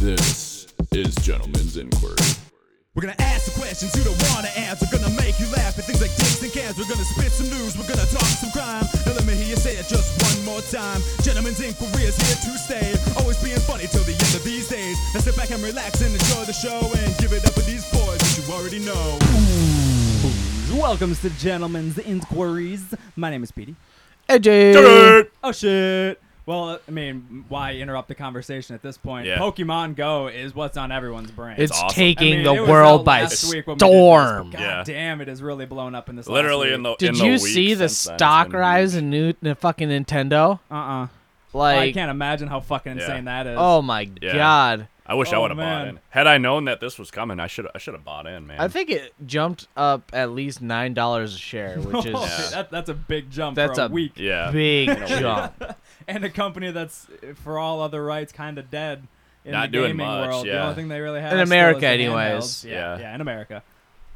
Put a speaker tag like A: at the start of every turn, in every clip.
A: This is Gentleman's Inquiry.
B: We're gonna ask the questions you don't wanna answer. Gonna make you laugh at things like dicks and cans. We're gonna spit some news. We're gonna talk some crime. Now let me hear you say it just one more time. Gentlemen's Inquiry is here to stay. Always being funny till the end of these days. Now sit back and relax and enjoy the show and give it up with these boys that you already know.
C: Welcome to Gentlemen's Inquiries. My name is Petey.
D: AJ.
C: Oh shit. Well, I mean, why interrupt the conversation at this point?
A: Yeah.
C: Pokemon Go is what's on everyone's brain.
D: It's
A: awesome.
C: I mean,
D: taking
C: it
D: the
C: was
D: world
C: out
D: by
C: last week when we did this, but
D: storm.
C: God
A: Yeah.
C: damn, it has really blown up in this.
A: Literally in the in
D: Did
A: the
D: you
A: week
D: see the
A: since then, it's
D: stock
A: been
D: rise
A: huge.
D: in new in fucking Nintendo?
C: Uh uh I
D: Like,
C: can't imagine how fucking
A: Yeah.
C: insane that is.
D: oh my
A: Yeah.
D: god!
A: I wish I
C: Oh,
A: would have bought
C: man.
A: in. Had I known that this was coming, I should I should have bought in, man.
D: I think it jumped up at least nine dollars a share, which is
C: Holy- that, that's a big jump
D: That's
C: for a,
D: a
C: week.
A: yeah.
D: big jump.
C: and a company that's uh, for all other rights kind of dead in
A: Not
C: the
A: doing
C: gaming
A: much,
C: world. The
A: yeah.
C: only thing they really have
D: In
C: still is
D: America
C: the
D: anyways.
C: handhelds. Yeah,
A: Yeah.
C: yeah, in America,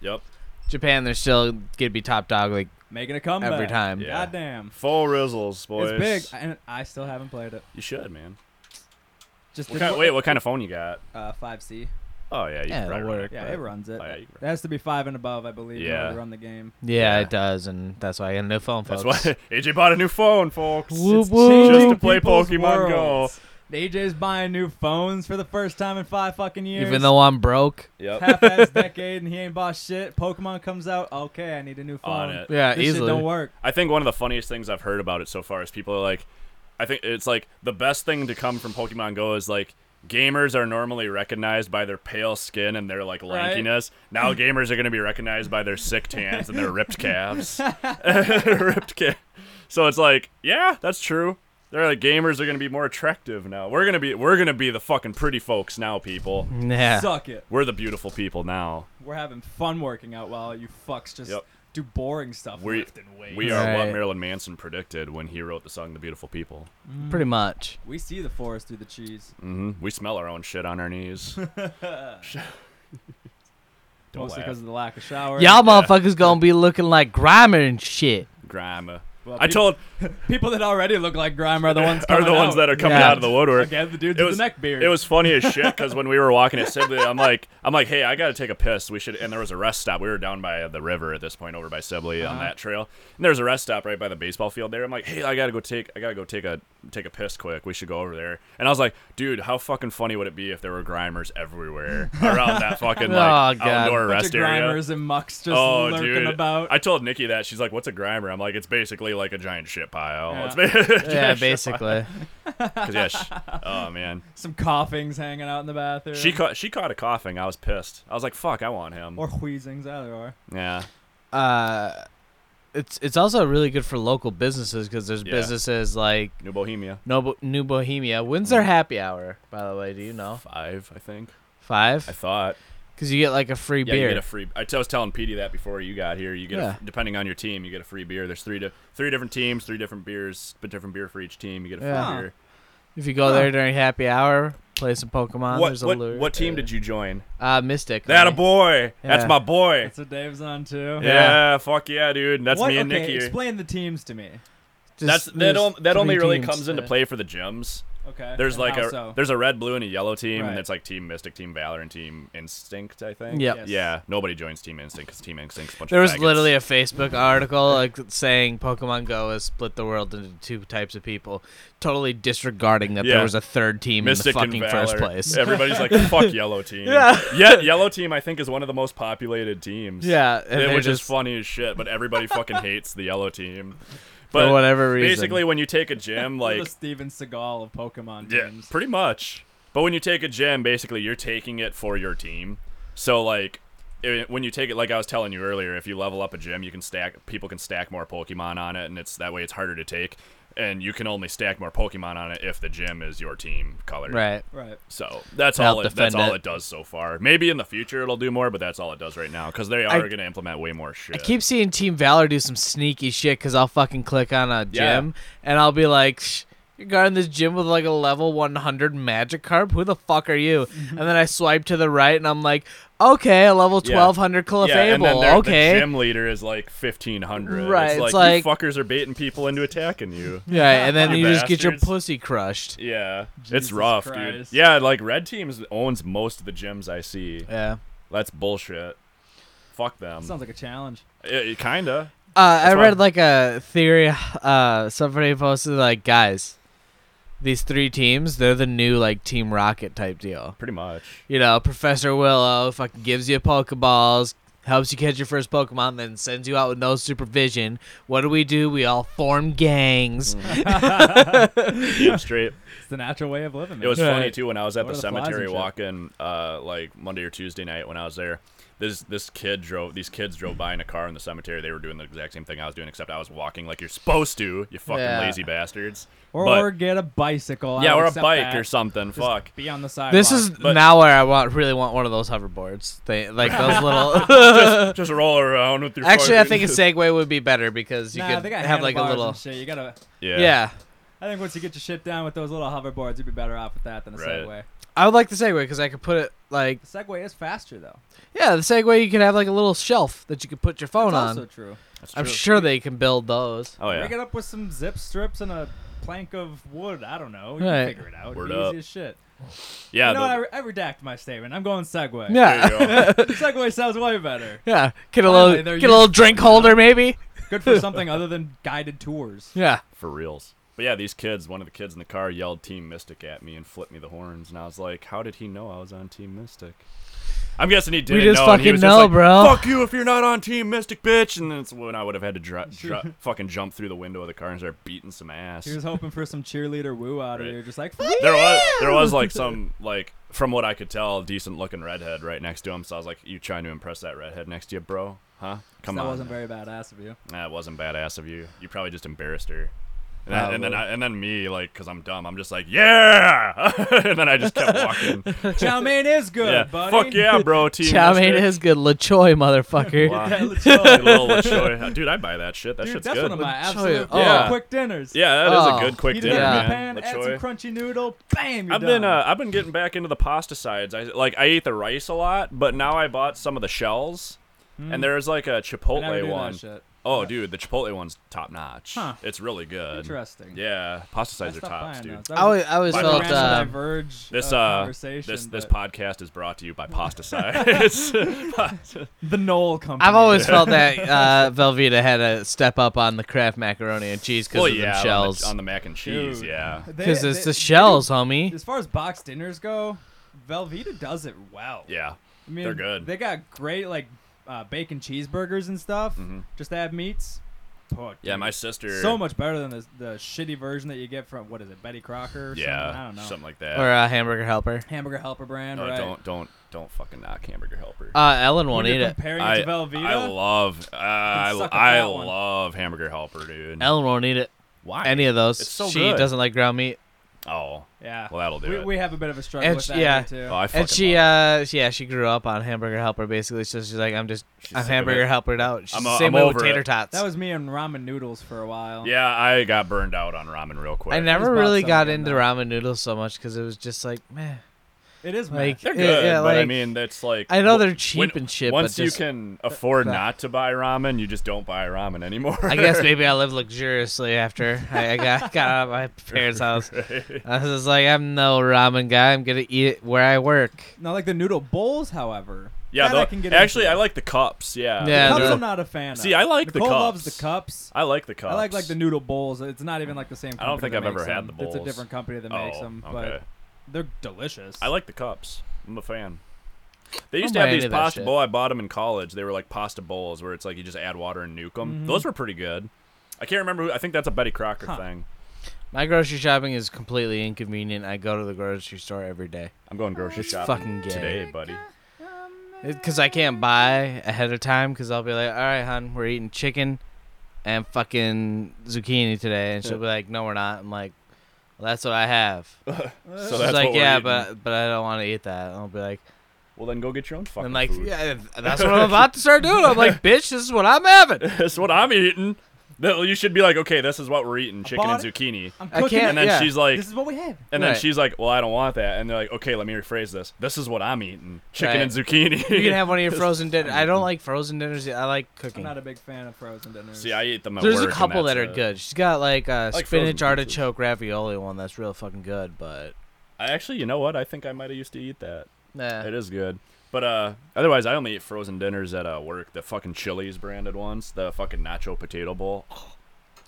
A: Yep.
D: Japan, they're still gonna be top dog. Like,
C: making a comeback
D: Every time.
A: Yeah.
C: Goddamn,
A: Full Rizzles, boys.
C: it's big, and I still haven't played it.
A: You should, man.
C: Just
A: What kind, wait, what kind of phone you got?
C: uh, five C.
A: Oh yeah, you
D: Yeah,
A: can probably
D: it'll
A: run
D: work.
C: Yeah,
A: but-
C: it runs it.
A: Oh, yeah,
C: It
A: you can run
C: has to be five and above, I believe, in order
A: Yeah.
C: to run the game.
D: yeah,
A: Yeah.
D: it does, and that's why I got no phone, folks.
A: That's why AJ bought a new phone, folks.
D: Whoop,
C: It's
D: whoop.
C: changing
A: Just to play
C: people's
A: Pokemon Go.
C: worlds. AJ's buying new phones for the first time in five fucking years.
D: Even though I'm broke.
A: Yep.
C: half ass decade and he ain't bought shit. Pokemon comes out, okay, I need a new phone.
A: On it.
D: Yeah,
C: This shit
D: easily.
C: don't work.
A: I think one of the funniest things I've heard about it so far is people are like, I think it's like the best thing to come from Pokemon Go is like gamers are normally recognized by their pale skin and their like
C: Right.
A: lankiness. Now gamers are going to be recognized by their sick tans and their ripped calves. ripped calves. So it's like, yeah, that's true. They're like gamers are going to be more attractive now. We're going to be we're going to be the fucking pretty folks now, people.
D: Yeah.
C: Suck it.
A: We're the beautiful people now.
C: We're having fun working out while you fucks just
A: Yep.
C: do boring stuff.
A: We
C: left and weight.
A: we are what
D: Right.
A: Marilyn Manson predicted when he wrote the song "The Beautiful People."
D: pretty much.
C: We see the forest through the cheese.
A: hmm We smell our own shit on our knees. Don't
C: mostly
A: laugh.
C: because of the lack of shower.
D: Y'all motherfuckers gonna be looking like Grimer and shit.
A: Grime.
C: Well,
A: I
C: peop-
A: told
C: people that already look like grime are the ones
A: are the
C: coming
A: ones
C: out.
A: that are coming
D: Yeah.
A: out of the woodwork.
C: Again, the dudes
A: It
C: with
A: was
C: the neck beard.
A: It was funny as shit because when we were walking at Sibley, I'm like, I'm like, hey, I gotta take a piss. We should. And there was a rest stop. We were down by the river at this point, over by Sibley
C: Uh-huh.
A: on that trail. And there's a rest stop right by the baseball field there. I'm like, hey, I gotta go take, I gotta go take a take a piss quick. We should go over there. And I was like, dude, how fucking funny would it be if there were grimers everywhere around that fucking like
D: Oh, God.
A: outdoor
C: bunch
A: rest
C: of
A: area?
C: grimers and mucks just
A: oh,
C: lurking
A: dude.
C: about.
A: I told Nikki that. She's like, what's a grimer? I'm like, it's basically like a giant shit pile.
C: Yeah.
A: It's ba-
D: Yeah, basically.
A: Cause yeah, she- oh man,
C: Some coughings hanging out in the bathroom.
A: she caught she caught a coughing. I was pissed. I was like, "Fuck, I want him."
C: or wheezings, either or.
A: yeah,
D: Uh, it's it's also really good for local businesses because there's
A: Yeah.
D: businesses like
A: New Bohemia
D: No New Bohemia. When's
A: Mm.
D: their happy hour? By the way, do you know?
A: five, I think. I
D: Five,
A: thought.
D: because you get like a free
A: Yeah,
D: beer.
A: you get a free. I t- I was telling Petey that before you got here. You get a,
D: Yeah.
A: depending on your team, you get a free beer. There's three di- three different teams, three different beers, but different beer for each team. You get a free
D: Yeah.
A: beer.
D: if you go there during happy hour, play some Pokemon.
A: what
D: there's a
A: what,
D: lure.
A: what team did you join?
D: Uh, Mystic.
A: That a
D: homie.
A: boy. That's
D: Yeah.
A: my boy.
C: That's what Dave's on too.
A: Yeah, fuck yeah, dude. And That's
C: What-
A: me and
C: okay,
A: Nikki.
C: Explain the teams to me.
D: Just-
A: That's that.
D: there's
A: On, that only
D: three
A: really
D: teams uh,
A: comes into
D: to-
A: play for the gyms.
C: Okay.
A: There's
C: and
A: like
C: how
A: a
C: so?
A: there's a red, blue, and a yellow team,
C: Right.
A: and it's like Team Mystic, Team Valor, and Team Instinct. I think.
D: Yep.
C: Yes.
A: Yeah. Nobody joins Team Instinct because Team Instinct's a bunch
D: There
A: of
D: was
A: faggots.
D: literally a Facebook article like saying Pokemon Go has split the world into two types of people, totally disregarding that
A: Yeah.
D: there was a third team in
A: Mystic
D: the fucking
A: and
D: first
A: Valor.
D: place.
A: Everybody's like, "Fuck yellow team." Yeah. Yet yellow team, I think, is one of the most populated teams.
D: Yeah, and
A: It-
D: they're
A: which is
D: just-
A: funny as shit, but everybody fucking hates the yellow team. But
D: For whatever reason.
A: basically, when you take a gym,
C: We're
A: like
C: the Steven Seagal of Pokemon
A: Yeah,
C: teams.
A: pretty much. But when you take a gem, basically you're taking it for your team. So like, i- when you take it, like I was telling you earlier, if you level up a gem, you can stack. People can stack more Pokemon on it, and it's that way it's harder to take. And you can only stack more Pokemon on it if the gem is your team color.
D: right.
C: Right.
A: So that's
D: To help
A: all. It, that's
D: defend
A: all
D: it.
A: it does so far. Maybe in the future it'll do more, but that's all it does right now because they are going to implement way more shit.
D: I keep seeing Team Valor do some sneaky shit because I'll fucking click on a
A: Yeah.
D: gym and I'll be like, Shh, you're guarding this gym with like a level 100 Magikarp? Who the fuck are you? and then I swipe to the right and I'm like, okay, a level
A: Yeah.
D: 1200
A: yeah, and then
D: Clefable.
A: their-
D: okay.
A: the gym leader is like fifteen hundred.
D: Right,
A: it's like,
D: it's like-
A: you fuckers are baiting people into attacking you.
D: yeah, and then
A: You
D: you just get your
A: bastards.
D: pussy crushed.
A: Yeah,
C: Jesus
A: it's rough,
C: Christ.
A: dude. Yeah, like red teams owns most of the gyms I see.
D: Yeah.
A: That's bullshit. Fuck them.
C: Sounds like a challenge.
A: It- it kinda.
D: Uh, I
A: That's
D: read
A: why-
D: like a theory. Uh, somebody posted like, guys, these three teams, they're the new like Team Rocket type deal.
A: Pretty much.
D: You know, Professor Willow fucking gives you Pokeballs, helps you catch your first Pokemon, then sends you out with no supervision. What do we do? We all form gangs.
C: Mm-hmm.
A: Damn straight.
C: It's the natural way of living.
A: It was
D: Right.
A: funny too when I was at
C: Go
A: the
C: to the flies
A: cemetery
C: and shit.
A: walking, uh, like Monday or Tuesday night when I was there. This this kid drove these kids drove by in a car in the cemetery. They were doing the exact same thing I was doing, except I was walking like you're supposed to. You fucking
D: Yeah.
A: lazy bastards.
C: or,
A: But-
C: or get a bicycle. I
A: yeah, or a
C: accept
A: bike
C: that.
A: or something.
C: Just
A: Fuck.
C: Be on the sidewalk.
D: This is
A: But-
D: now where I want really want one of those hoverboards. They like those little.
A: Just roll around with your.
D: Actually, I
A: fucking-
D: think a Segway would be better because you
C: nah,
D: could
C: they got
D: have like a
C: handlebars
D: little.
C: and shit. You gotta.
A: Yeah.
D: Yeah.
C: I think once you get your shit down with those little hoverboards, you'd be better off with that than a
A: Right.
C: Segway.
D: I would like the Segway because I could put it like
C: The Segway is faster though.
D: yeah, the Segway you could have like a little shelf that you could put your phone
C: That's
D: on.
C: also true.
A: That's
D: I'm
A: true.
D: sure they can build those.
A: Oh yeah.
C: Rig it up with some zip strips and a plank of wood. I don't know. You
D: Right.
C: can figure it out. It'd
A: Word
C: be
A: up.
C: Easy as shit.
A: Yeah.
C: you know,
A: the-
C: what? I, re- I redact my statement. I'm going Segway.
D: Yeah,
A: there you go.
C: Segway sounds way better.
D: yeah. Get a
C: Finally,
D: little
C: they're
D: get a little drink holder maybe.
C: Good for something other than guided tours.
D: Yeah.
A: for reals. But yeah, these kids, one of the kids in the car yelled Team Mystic at me and flipped me the horns, and I was like, "How did he know I was on Team Mystic?" I'm guessing he didn't
D: just
A: know. and he
D: fucking
A: was
D: know,
A: like,
D: bro.
A: Fuck you if you're not on Team Mystic, bitch. And that's when I would have had to dr- dr- fucking jump through the window of the car and start beating some ass.
C: He was hoping for some cheerleader woo out of
A: Right.
C: you, just like
A: There was there was like some like from what I could tell, decent looking redhead right next to him. So I was like, "You trying to impress that redhead next to you, bro? Huh? Come
C: that
A: on."
C: wasn't very badass of you.
A: That wasn't badass of you. You probably just embarrassed her. And,
C: Uh,
D: Probably.
A: and then I, and then me, like, cause I'm dumb. I'm just like, yeah, and then I just kept walking.
C: Chow mein is good,
A: yeah,
C: buddy.
A: fuck yeah, bro. Team
D: Chow mein
A: Mystic.
D: is good. LaChoy motherfucker.
A: Wow.
C: That was dope.
A: Little LaChoy. Uh, Dude, I buy that shit. That
C: Dude,
A: shit's
C: that's
A: good.
C: one of my
D: Chow-
C: absolute
A: yeah.
C: quick dinners.
A: yeah, that is
D: Oh.
A: a good quick
C: Heat it
A: dinner,
C: up in
D: Yeah.
C: the pan,
A: man.
C: add some
A: LaChoy.
C: crunchy noodle, bam, you're
A: I've
C: done.
A: been uh, I've been getting back into the pasta sides. I like I ate the rice a lot, but now I bought some of the shells. And there's like
C: Hmm. I never
A: a
C: do
A: uh, Chipotle
C: that
A: one.
C: shit.
A: Oh, dude, the Chipotle one's top notch.
C: Huh.
A: It's really good.
C: Interesting.
A: Yeah, pasta
C: I
A: sides are
C: stopped
A: tops,
C: buying
A: dude.
C: those. That
D: I
C: was
D: always, I always
C: a
A: By the
D: felt
C: random
D: uh,
C: diverge
A: This
C: uh,
A: uh,
C: conversation.
A: this this
C: but
A: podcast is brought to you by Pasta Size.
C: the Knoll company.
D: I've always felt that uh, Velveeta had to step up on the Kraft macaroni and cheese because
A: well,
D: of
A: yeah,
D: them
A: on the-
D: shells.
A: on the, mac and cheese.
C: Dude.
A: Yeah,
C: They-
D: Because it's
C: they-
D: the shells, homie.
C: As far as box dinners go, Velveeta does it well.
A: yeah,
C: I mean,
A: They're good.
C: They got great like uh, bacon cheeseburgers and stuff. Just add meats. Oh,
A: Mm-hmm. yeah.
C: dude.
A: My sister.
C: so much better than the, the shitty version that you get from what is it, Betty Crocker? Or
A: Yeah,
C: something? I don't know.
A: something like that.
D: Or a hamburger helper.
C: Hamburger Helper brand,
A: No,
C: right?
A: Don't don't don't fucking knock hamburger helper.
D: Uh, Ellen
C: When
D: won't eat
C: you're
D: it.
C: comparing
A: I,
C: it to Velveeta.
A: I love uh, I,
C: suck up
A: I
C: that one.
A: love hamburger helper, dude.
D: Ellen won't eat it.
A: Why?
D: Any of those.
A: It's so
D: she
A: good.
D: doesn't like ground meat.
A: Oh,
C: yeah.
A: well, that'll do
C: we,
A: it.
C: we have a bit of a struggle
D: And
C: with
D: sh-
C: that
D: yeah.
C: here, too.
A: oh, I fucking
D: And she,
A: love
D: uh, yeah, she grew up on hamburger helper basically. So she's like, I'm just,
A: She's
D: I'm
A: sick of
D: hamburger
A: it.
D: helpered out. She's
A: I'm,
D: the
A: uh,
D: same
A: I'm
D: way with
A: over it.
D: tater tots.
C: that was me and ramen noodles for a while.
A: it. yeah, I got burned out on ramen real quick.
D: I never
C: bought
D: really
C: some
D: got
C: again,
D: into
C: though.
D: ramen noodles so much because it was just like, meh.
C: It is
D: Like,
C: like
A: They're
D: yeah,
A: good,
D: yeah,
A: but I
D: like-
A: mean, that's like
D: I know
A: wh-
D: they're cheap
A: when-
D: and shit, but
A: Once you
D: just-
A: can afford
D: but-
A: not to buy ramen, you just don't buy ramen anymore.
D: I guess maybe I lived luxuriously after I, I got, got out of my parents' house. I was just like, I'm no ramen guy. I'm going to eat it where I work.
C: not like the noodle bowls, however.
A: Yeah,
C: that I
A: though-
C: can get
A: actually,
C: into.
A: I like the cups. Yeah,
D: Yeah,
C: cups.
D: they're-
C: I'm not a fan.
A: See,
C: of.
A: I like the
C: Nicole
A: cups.
C: loves the cups.
A: I like the cups.
C: I like like the noodle bowls. It's not even like the same.
A: I
C: company
A: don't think
C: that
A: I've
C: makes
A: ever had
C: them.
A: the
C: It's a
A: bowls.
C: different company that
A: Oh,
C: makes them,
A: okay.
C: but they're delicious.
A: I like the cups. I'm a fan. They
D: Don't
A: used to
D: buy
A: have
D: any
A: these
D: of that
A: pasta
D: shit.
A: bowl. I bought them in college. They were like pasta bowls where it's like you just add water and nuke them. Those were pretty good. I can't remember. Who, I think that's a Betty Crocker
C: Mm-hmm. Huh.
A: thing.
D: My grocery shopping is completely inconvenient. I go to the grocery store every day
A: I'm going grocery
D: It's
A: shopping
D: fucking gay.
A: today, buddy.
C: Uh,
D: because I can't buy ahead of time because I'll be like, all right, hon, we're eating chicken and fucking zucchini today, and she'll be like, no, we're not. I'm like, well, that's what I have.
A: So
D: She's
A: that's
D: like,
A: what we're
D: yeah,
A: eating.
D: but but I don't want to eat that. And I'll be like,
A: well, then go get your own fucking
D: I'm like,
A: food.
D: yeah, that's what I'm about to start doing. I'm like, bitch, this is what I'm having.
A: that's what I'm eating. No, You should be like, okay, this is what we're eating: chicken and
C: bought it.
A: zucchini.
C: I'm
D: I
C: cooking.
D: can't-
A: And then
D: yeah.
A: she's like,
C: this is what we have.
A: and then
D: Right.
A: she's like, well, I don't want that. And they're like, okay, let me rephrase this: this is what I'm eating: chicken
D: Right.
A: and zucchini.
D: You can have one of your frozen dinners. I don't like frozen dinners. I like
C: I'm
D: cooking.
C: not a big fan of frozen dinners.
A: See, I eat them. At
D: There's
A: work
D: a
A: and
D: couple that
A: that's
D: are
A: it.
D: good. She's got like a
A: like frozen
D: spinach
A: pizzas.
D: artichoke ravioli one that's real fucking good, but
A: I actually, you know what? I think I might have used to eat that.
D: nah.
A: It is good. But uh, otherwise, I only eat frozen dinners at uh, work. The fucking Chili's branded ones, the fucking nacho potato bowl.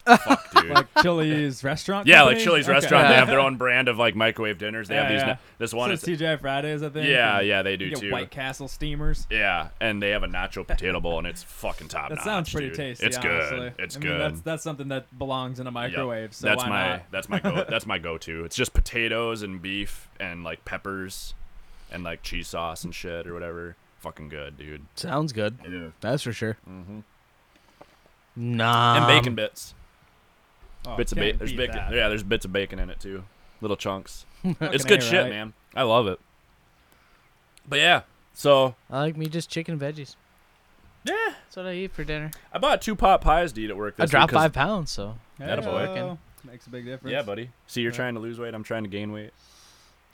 A: Fuck, dude.
C: Oh. like Chili's restaurant.
A: yeah, like
C: company?
A: Chili's
C: Okay.
A: restaurant, they
D: Yeah.
A: have their own brand of like microwave dinners. They have
C: Yeah,
A: these.
C: yeah.
A: na- This one
C: So
A: is.
C: TGI Fridays, I think.
A: Yeah,
C: and
A: yeah, they do
C: you get
A: too.
C: White Castle steamers.
A: Yeah, and they have a nacho potato bowl, and it's fucking top
C: That
A: notch.
C: sounds pretty
A: dude.
C: tasty.
A: It's
C: honestly.
A: good. It's
C: I
A: good.
C: mean, That's that's something that belongs in a
A: Yep.
C: microwave. So
A: that's
C: why
A: my
C: not?
A: that's my go that's my go to. It's just potatoes and beef and like peppers, and like cheese sauce and shit or whatever. Fucking good, dude.
D: Sounds good.
A: It is.
D: That's for sure.
A: Mm-hmm.
D: Nah.
A: and bacon bits.
C: Oh,
A: bits of
C: Um, can't
A: bacon. There's
C: beat
A: bacon.
C: that.
A: Yeah, there's bits of bacon in it too. Little chunks. it's
C: Fucking
A: good
C: A,
A: shit,
C: right?
A: man. I love it. But yeah, so
D: I like me just chicken and veggies.
A: yeah,
D: That's what I eat for dinner.
A: I bought two pot pies to eat at work.
D: I
A: This
D: dropped
A: week 'cause-
D: five pounds, so
A: Atta
C: Hey,
A: boy.
C: oh, Makes a big difference.
A: Yeah, buddy. See, you're
C: Yeah.
A: trying to lose weight. I'm trying to gain weight.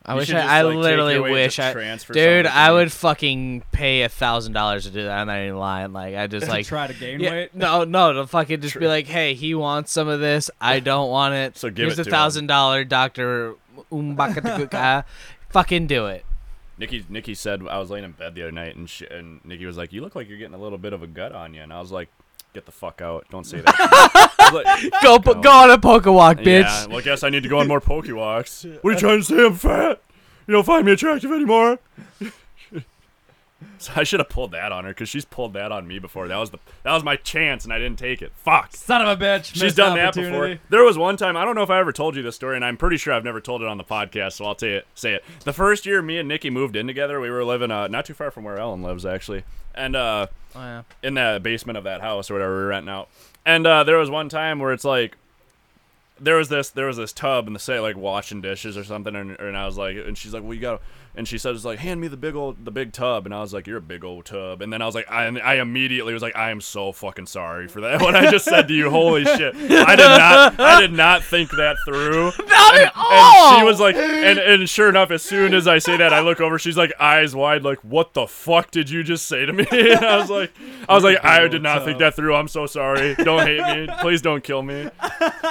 D: I
A: You
D: wish
A: should
D: I,
A: just,
D: I
A: like, take
D: literally
A: your weight to
D: wish I.
A: transfer some of
D: Dude,
A: it to
D: I
A: me.
D: would fucking pay a thousand dollars to do that. I'm not even lying. Like I just
C: To
D: like
C: try to gain
D: Yeah,
C: weight.
D: No, no, to fucking just
A: True.
D: be like, hey, he wants some of this. I don't want it.
A: So give
D: Here's
A: it
D: a
A: to him."
D: thousand dollar Doctor Umbakatuka. fucking do it.
A: Nikki, Nikki said I was laying in bed the other night, and she, and Nikki was like, "You look like you're getting a little bit of a gut on you," and I was like, "Get the fuck out! Don't say that." I was like,
D: Go, po- go on a poker walk, bitch.
A: Yeah, well, I guess I need to go on more poke walks. What are you trying to say? I'm fat. You don't find me attractive anymore. so I should have pulled that on her because she's pulled that on me before. That was the that was my chance, and I didn't take it. Fuck.
C: Son of a bitch.
A: She's
C: missed
A: done that before.
C: opportunity.
A: There was one time I don't know if I ever told you this story, and I'm pretty sure I've never told it on the podcast, so I'll tell you, say it. The first year me and Nikki moved in together, we were living uh, not too far from where Ellen lives actually, and uh,
D: Oh, yeah.
A: in the basement of that house or whatever we were renting out. And uh, there was one time where it's like there was this there was this tub and the say like washing dishes or something and, and I was like and she's like well you gotta and she said it's like hand me the big old the big tub and I was like you're a big old tub and then I was like I, and I immediately was like I am so fucking sorry for that what I just said to you holy shit I did not I did not think that through
D: Not at
A: and
C: Oh!
A: she
D: all.
A: was like, and, and sure enough, as soon as I say that, I look over. She's like, eyes wide, like, what the fuck did you just say to me? And I was like, I was like, I did not think that through. I'm so sorry. Don't hate me. Please don't kill me.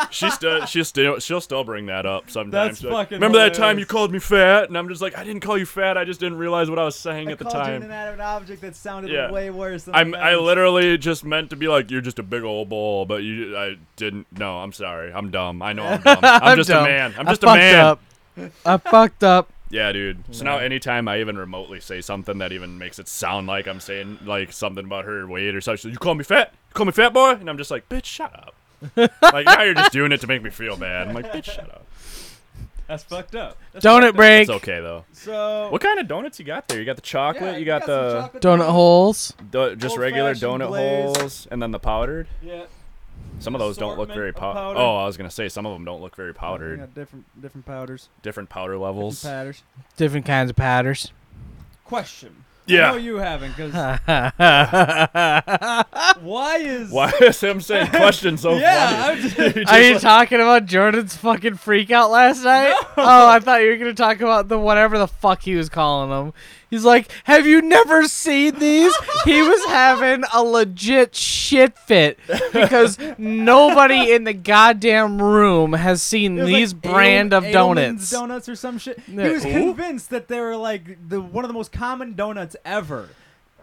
A: She still, she still, she'll still bring that up sometimes.
C: That's
A: She's like,
C: fucking
A: Remember that time
C: hilarious.
A: you called me fat? And I'm just like, I didn't call you fat. I just didn't realize what I was saying
C: I
A: at the
C: called you an
A: time.
C: inanimate object that sounded
A: Yeah.
C: way worse than
A: I'm,
C: the
A: I
C: message.
A: literally just meant to be like, you're just a big old bull, but you, I didn't. No, I'm sorry. I'm dumb. I know I'm dumb. I'm, just
D: Oh! dumb.
A: a man. I'm
D: I
A: just a
D: fucked
A: man.
D: Up. I fucked up.
A: Yeah, dude. So now anytime I even remotely say something that even makes it sound like I'm saying like something about her weight or such, you call me fat? You call me fat boy? And I'm just like, bitch, shut up. like now you're just doing it to make me feel bad. I'm like, bitch, shut up.
C: That's fucked up. That's
D: Donut
C: fucked up.
D: break.
A: It's okay though.
C: So
A: What kind of donuts you got there? You got the chocolate.
C: yeah,
A: you got,
C: some
A: the
C: chocolate
D: Donut
C: donuts.
D: holes.
A: do- just regular
C: old-fashioned
A: donut
C: glaze.
A: holes, and then the powdered.
C: Yeah.
A: Some of those don't look
C: Assortment
A: very
C: of
A: pow-
C: powder. Oh,
A: Oh, I was gonna say some of them don't look very
C: We
A: powdered.
C: got different different powders,
A: Different powder
C: different
A: levels.
C: patterns.
D: Different kinds of powders.
C: Question.
A: Yeah.
C: No, you haven't, because
D: Are
C: why is
A: Why is him saying questions so
C: yeah?
A: funny?
C: I'm just,
D: you talking about Jordan's fucking freak out last night? Oh, I thought you were gonna talk about the whatever the fuck he was calling them. He's like, "Have you never seen these?" he was having a legit shit fit because nobody in the goddamn room has seen
C: It was
D: these
C: like
D: brand
C: Edelman-
D: of donuts.
C: Edelman's donuts or some shit. He
D: Yeah.
C: was
D: Who?
C: convinced that they were like the one of the most common donuts ever.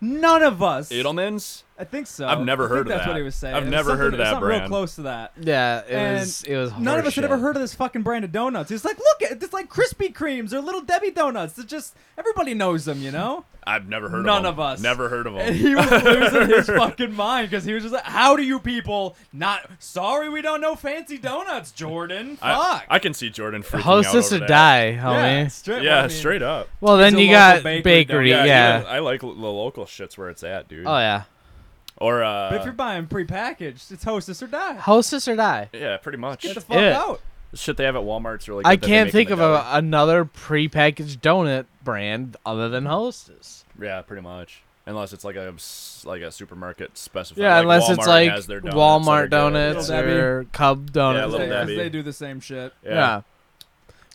C: None of us.
A: Edelman's.
C: I think so.
A: I've
C: I
A: never
C: think
A: heard of
C: that's
A: that.
C: What he was saying.
A: I've
C: It was
A: never heard
C: something-
A: of
C: it was
A: that
C: something
A: brand.
C: Real close to that.
D: Yeah, it
C: And
D: was. It was.
C: None of us had ever
D: horseshit.
C: heard of this fucking brand of donuts. It's like, look, at it's like Krispy Kremes or Little Debbie donuts. It's just everybody knows them, you know.
A: I've never heard
C: None
A: of
C: of
A: them.
C: us.
A: Never heard of them.
C: And he was losing his fucking mind because he was just like, "How do you people not? Sorry, we don't know fancy donuts, Jordan. Fuck."
A: I, I can see Jordan freaking out
D: Hostess
A: over
D: or
A: that.
D: die,
C: yeah,
D: homie.
C: straight,
A: Yeah,
C: well, I mean,
A: straight up.
D: well,
C: It's
D: then
C: a
D: you
C: local
D: got
C: bakery
D: bakery.
C: down
D: yeah.
C: there.
A: even- I like l- the local shits where it's at, dude.
D: Oh yeah.
A: Or
C: But if you're
A: uh,
C: buying prepackaged, it's Hostess or Die.
D: Hostess or die.
A: yeah, pretty much.
C: Get the
A: The
C: fuck
D: it.
C: out.
A: shit they have at Walmart's really. Good
D: I
A: that they
D: can't
A: make
D: think
A: in the
D: of
A: deli.
D: a, another prepackaged donut brand other than Hostess.
A: Yeah, pretty much. unless it's like a s- like a supermarket specified.
D: Yeah,
A: like
D: unless
A: Walmart
D: it's like
A: has their donuts,
D: Walmart
A: other
D: donuts,
C: Little Debbie.
D: or Cub donuits.
A: Little
C: They- 'cause
A: Debbie.
C: they do the same shit.
D: yeah.
A: Yeah.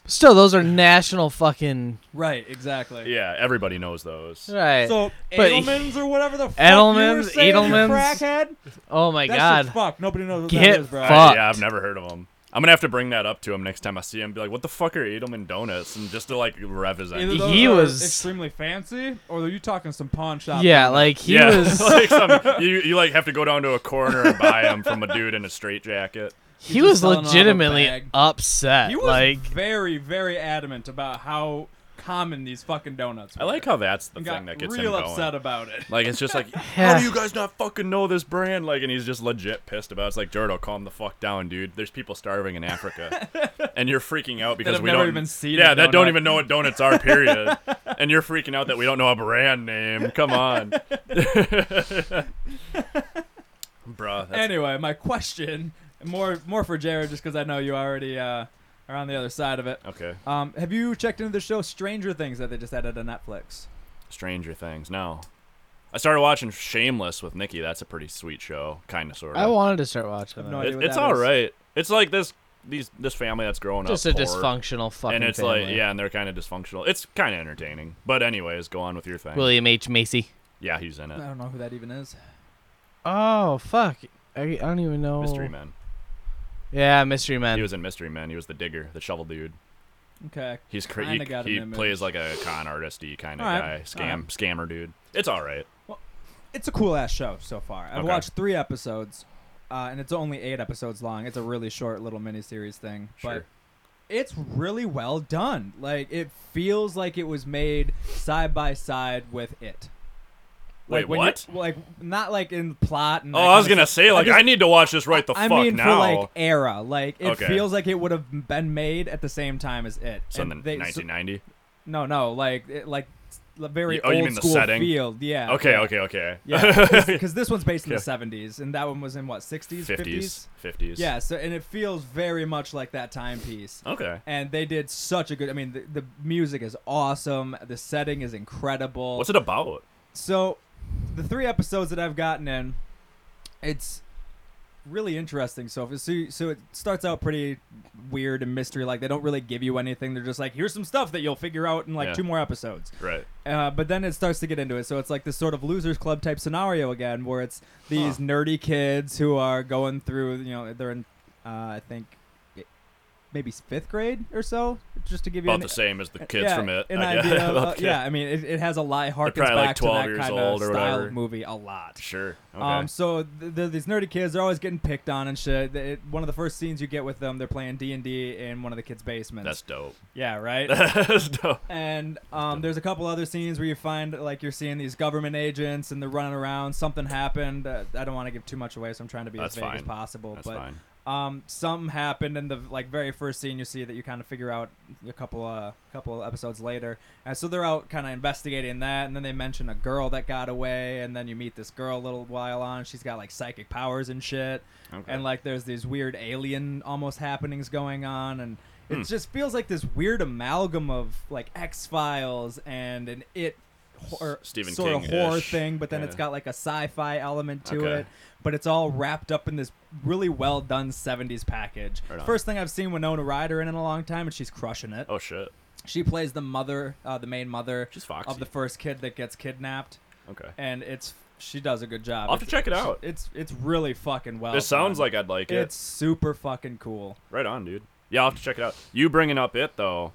D: Still, those are national fucking
C: Right, exactly.
A: yeah, everybody knows those.
D: right.
C: So
D: But-
C: Edelman's or whatever the fuck you were
D: Edelman's,
C: saying, you
D: Edelman's.
C: crackhead.
D: oh my
C: That
D: god.
C: shit's fucked. Nobody knows what
D: Get
C: that is, bro.
D: fucked.
A: Yeah, I've never heard of them. I'm gonna have to bring that up to him next time I see him. and Be like, "What the fuck are Edelman donuts?" And just to like rev his
C: Either
A: engine.
C: those
D: He
C: are
D: was-
C: extremely fancy, or are you talking some pawn shop?
D: Yeah, like he
A: yeah,
D: was
A: like some, you you like have to go down to a corner and buy them from a dude in a straitjacket.
D: he
C: was
D: was
C: selling out of
D: legitimately
C: bag.
D: upset.
C: He was
D: like
C: very, very adamant about how common these fucking donuts. Were.
A: I like how that's the
C: And
A: thing
C: got
A: that gets him
C: real
A: going.
C: upset about it.
A: Like it's just like, how
D: Yeah.
A: do you guys not fucking know this brand? Like, and he's just legit pissed about. It. It's like, Jordo, calm the fuck down, dude. There's people starving in Africa, and you're freaking out because
C: have
A: we
C: never
A: don't
C: even seen
A: Yeah,
C: a
A: that don't
C: donut.
A: even know what donuts are. Period. and you're freaking out that we don't know a brand name. Come on, bruh. That's,
C: anyway, my question, more more for Jared, just because I know you already uh, are on the other side of it.
A: okay,
C: Um, have you checked into the show Stranger Things that they just added to Netflix?
A: Stranger Things. No, I started watching Shameless with Nikki. That's a pretty sweet show, kind of sort of.
D: I wanted to start watching.
C: No
D: that.
C: idea
A: It-
C: what
A: it's
C: that
A: all
C: is.
A: right. It's like this these this family that's growing
D: Just a
A: up poor.
D: dysfunctional fucking.
A: and it's like
D: family.
A: yeah and they're kind of dysfunctional it's kind of entertaining but anyways go on with your thing
D: William H Macy.
A: yeah he's in
C: I
A: it
C: don't know who that even is.
D: Oh fuck! I, I don't even know.
A: mystery man
D: Yeah, Mystery Men.
A: he was in mystery man he was the digger the shovel dude
C: Okay.
A: he's cra-
C: Kinda
A: he,
C: got an
A: he
C: image.
A: plays like a con artisty kind of
C: All
A: guy
C: right,
A: scam
C: all right.
A: scammer dude it's all right
C: It's a cool ass show so far. I've
A: Okay.
C: watched three episodes, uh, and it's only eight episodes long. It's a really short little miniseries thing,
A: Sure.
C: but it's really well done. Like it feels like it was made side by side with it.
A: Wait,
C: Like, when
A: what?
C: you- Like not like in plot. And
A: oh
C: that
A: i was
C: kinda
A: gonna say like
C: just-
A: i need to watch this right the
C: I
A: fuck
C: mean,
A: now
C: for like era, like it
A: Okay.
C: feels like it would have been made at the same time as it.
A: so in the
C: And they- so-
A: 1990
C: no, no, like it, like s- the very
A: Oh,
C: old
A: you mean the
C: school
A: setting?
C: field. Yeah.
A: okay
C: yeah.
A: okay okay
C: Yeah, because this one's based in
A: Okay.
C: the '70s, and that one was in what '60s,
A: 50s 50s
C: Yeah, so and it feels very much like that timepiece.
A: okay
C: And they did such a good. I mean, the, the music is awesome. The setting is incredible.
A: what's it about
C: So, the three episodes that I've gotten in, it's really interesting. So, if- so, so it starts out pretty weird and mystery. Like they don't really give you anything. They're just like, here's some stuff that you'll figure out in like
A: Yeah.
C: two more episodes.
A: right
C: Uh, but then it starts to get into it. So it's like this sort of losers club type scenario again, where it's these nerdy kids who are going through, you know, they're in, uh, I think, i- maybe fifth grade or so, just to give you
A: about
C: an,
A: the same as the kids
C: uh, yeah,
A: from it
C: An
A: I guess.
C: idea of- uh,
A: Okay.
C: yeah, I mean, it, it has a lot, harkens
A: probably, like,
C: back
A: 12
C: to that
A: years
C: kind
A: old
C: of
A: or
C: style
A: whatever.
C: of movie a lot.
A: sure okay
C: Um, so th- th- these nerdy kids are always getting picked on and shit. They- it- one of the first scenes you get with them, they're playing D and D in one of the kids' basements.
A: that's dope
C: yeah, right.
A: that's dope
C: And um, there's a couple other scenes where you find like you're seeing these government agents and they're running around. Something happened. Uh, I don't want to give too much away, so I'm trying to be
A: That's
C: as vague as
A: fine.
C: possible.
A: that's
C: but
A: fine
C: um, something happened, and the like very first scene you see that you kind of figure out a couple uh, couple episodes later. And so they're out kind of investigating that, and then they mention a girl that got away, and then you meet this girl a little while on. She's got like psychic powers and shit
A: okay.
C: and like there's these weird alien almost happenings going on and it
A: Hmm.
C: just feels like this weird amalgam of like X Files and an it hor-
A: Stephen
C: sort of
A: King-ish.
C: horror thing, but then it's
A: Yeah.
C: got like a sci-fi element to
A: Okay.
C: it. But it's all wrapped up in this really well done '70s package.
A: Right on.
C: First thing I've seen Winona Ryder in in a long time, and she's crushing it.
A: oh shit
C: She plays the mother, uh, the main mother
A: She's foxy.
C: of the first kid that gets kidnapped,
A: Okay.
C: and it's she does a good job.
A: I'll have to
C: It's-
A: check it out.
C: It's it's really fucking well.
A: This sounds
C: done.
A: like I'd like it.
C: um, It's super fucking cool.
A: right on, dude. Yeah, I'll have to check it out. You bringing up it though?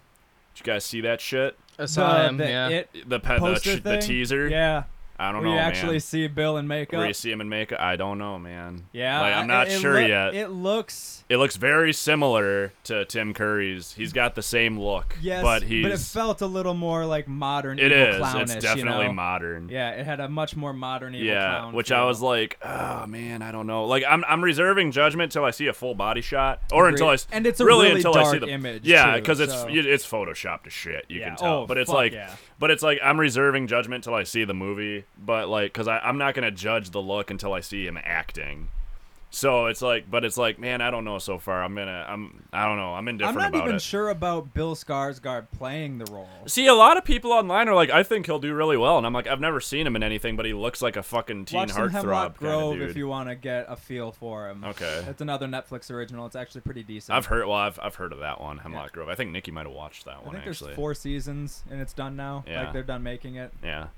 A: Did you guys see that shit?
D: I saw
C: The-
D: him,
C: the
D: yeah.
C: It
A: The pe- the,
C: poster
A: ch- the
C: thing?
A: teaser.
C: Yeah.
A: I don't
C: Where
A: know,
C: you actually
A: man.
C: see Bill in makeup.
A: Where you see him in makeup? I don't know, man.
C: yeah.
A: like, I'm
C: I-
A: not
C: it
A: sure
C: loo-
A: yet. It,
C: It looks
A: looks very similar to Tim Curry's. He's got the same look.
C: yes,
A: but he's
C: it felt a little more like modern.
A: it
C: evil
A: is.
C: Clownish,
A: it's definitely
C: you know?
A: modern.
C: Yeah, it had a much more modern evil
A: Yeah,
C: clown
A: which I
C: feel.
A: was like, oh man, I don't know. Like I'm, I'm reserving judgment till I see a full body shot, or until I s-
C: And it's a
A: really,
C: really
A: until I see
C: dark
A: the
C: image,
A: Yeah,
C: too,
A: because it's
C: so-
A: you- it's photoshopped to shit. You
C: Yeah,
A: can tell,
C: oh,
A: but it's
C: fuck
A: like,
C: yeah.
A: but it's like I'm reserving judgment till I see the movie. But like, because I'm not gonna judge the look until I see him acting. So it's like, but it's like, man, I don't know so far. I'm gonna, I'm, I don't know. I'm indifferent
C: I'm not
A: about
C: even
A: it.
C: sure about Bill Skarsgård playing the role.
A: See, a lot of people online are like, I think he'll do really well, and I'm like, I've never seen him in anything, but he looks like a fucking teen
C: Watch some
A: heartthrob
C: Hemlock Grove
A: kind
C: if
A: of dude.
C: you want to get a feel for him.
A: Okay.
C: It's another Netflix original. It's actually pretty decent.
A: I've heard, well, I've, I've heard of that one, Hemlock Grove. I think Nikki might have watched that
C: I
A: one
C: think there's
A: actually.
C: four seasons and it's done now.
A: Yeah.
C: Like they're done making it.
A: Yeah,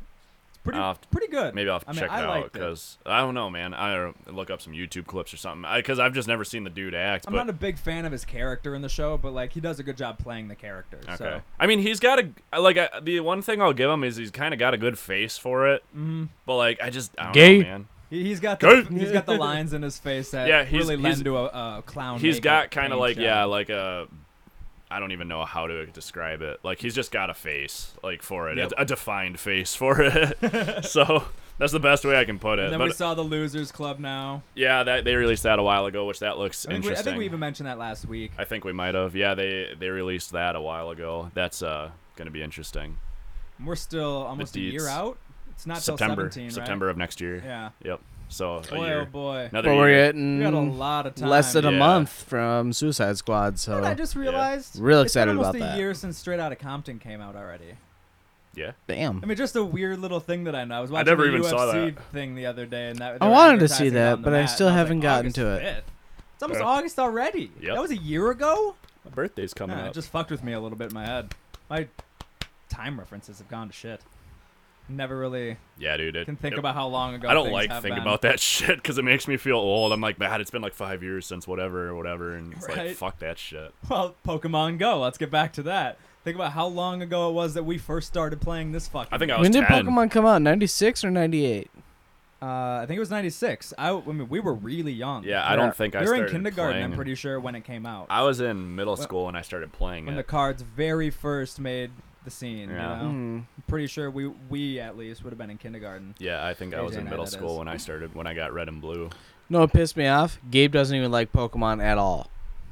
C: It's pretty
A: I'll have to-
C: pretty good.
A: maybe I'll have to
C: I mean,
A: check
C: I
A: it out
C: liked it.
A: because I don't know, man. I uh, look up some YouTube clips or something because I've just never seen the dude act.
C: I'm
A: but
C: not a big fan of his character in the show, but like he does a good job playing the character.
A: Okay.
C: So
A: I mean, he's got a like I, the one thing I'll give him is he's kind of got a good face for it. Mm-hmm. But like, I just I don't
D: Gay.
A: know, man.
C: he, he's got
A: Go.
C: the, he's got the lines in his face that
A: Yeah, he's-
C: really
A: he's-
C: lend to a, a clown.
A: He's got
C: makeup
A: kind of
C: paint
A: like
C: job.
A: yeah, like a I don't even know how to describe it. Like he's just got a face like for it,
C: Yep.
A: a, a defined face for it. so that's the best way I can put it.
C: And then
A: But
C: we saw the Losers Club now.
A: yeah, that they released that a while ago, which that looks
C: I think, we, I
A: interesting.
C: think we even mentioned that last week.
A: I think we might have. Yeah, they they released that a while ago. That's uh gonna be interesting.
C: We're still almost a year
A: deets.
C: out. It's not
A: September
C: till 17, right?
A: September of next year.
C: Yeah.
A: Yep. So a
C: Boy,
A: year.
C: oh boy.
A: Another
D: But we're
A: year.
D: getting
C: We got a lot of time.
D: less than a
A: Yeah.
D: month from Suicide Squad,
C: You know what I
D: so
C: just realized.
D: Real
C: It's been
D: excited
C: almost
D: about
C: a
D: that.
C: year since Straight Outta Compton came out already.
A: Yeah.
D: damn.
C: I mean, just a weird little thing that I know. I was watching
A: never
C: the
A: even
C: UFC
A: saw
C: thing the other day, and that
D: I
C: they were
D: wanted to
C: advertising
D: see
C: it
D: that,
C: on the
D: but I
C: mat,
D: still
C: and was
D: haven't
C: like,
D: gotten
C: August
D: to it.
C: 5th? It's almost
A: Yeah.
C: August already.
A: Yep.
C: That was a year ago.
A: My birthday's coming
C: Nah,
A: up.
C: it just fucked with me a little bit in my head. My time references have gone to shit. Never really
A: yeah, dude. It,
C: can think
A: it-
C: about how long ago.
A: I don't
C: things
A: like
C: have
A: thinking
C: been.
A: about that shit because it makes me feel old. I'm like, man, it's been like five years since whatever or whatever, and it's like,
C: Right.
A: fuck that shit.
C: Well, Pokemon Go. Let's get back to that. Think about how long ago it was that we first started playing this fucking.
A: I think I was
D: When did
A: 10.
D: Pokemon come out? Ninety six or ninety eight?
C: Uh, I think it was '96. I, I mean, we were really young.
A: Yeah, I don't think I
C: we were in
A: started
C: kindergarten.
A: playing.
C: I'm pretty sure when it came out.
A: I was in middle school when I started playing
C: when the
A: it.
C: cards very first made the scene.
A: Yeah.
C: You know?
D: Hmm.
C: I'm pretty sure we we at least would have been in kindergarten.
A: yeah, I think I
C: Age
A: was in
C: and
A: middle
C: that
A: school
C: is.
A: when I started when I got red and blue,
D: No, it pissed me off. Gabe doesn't even like Pokemon at all.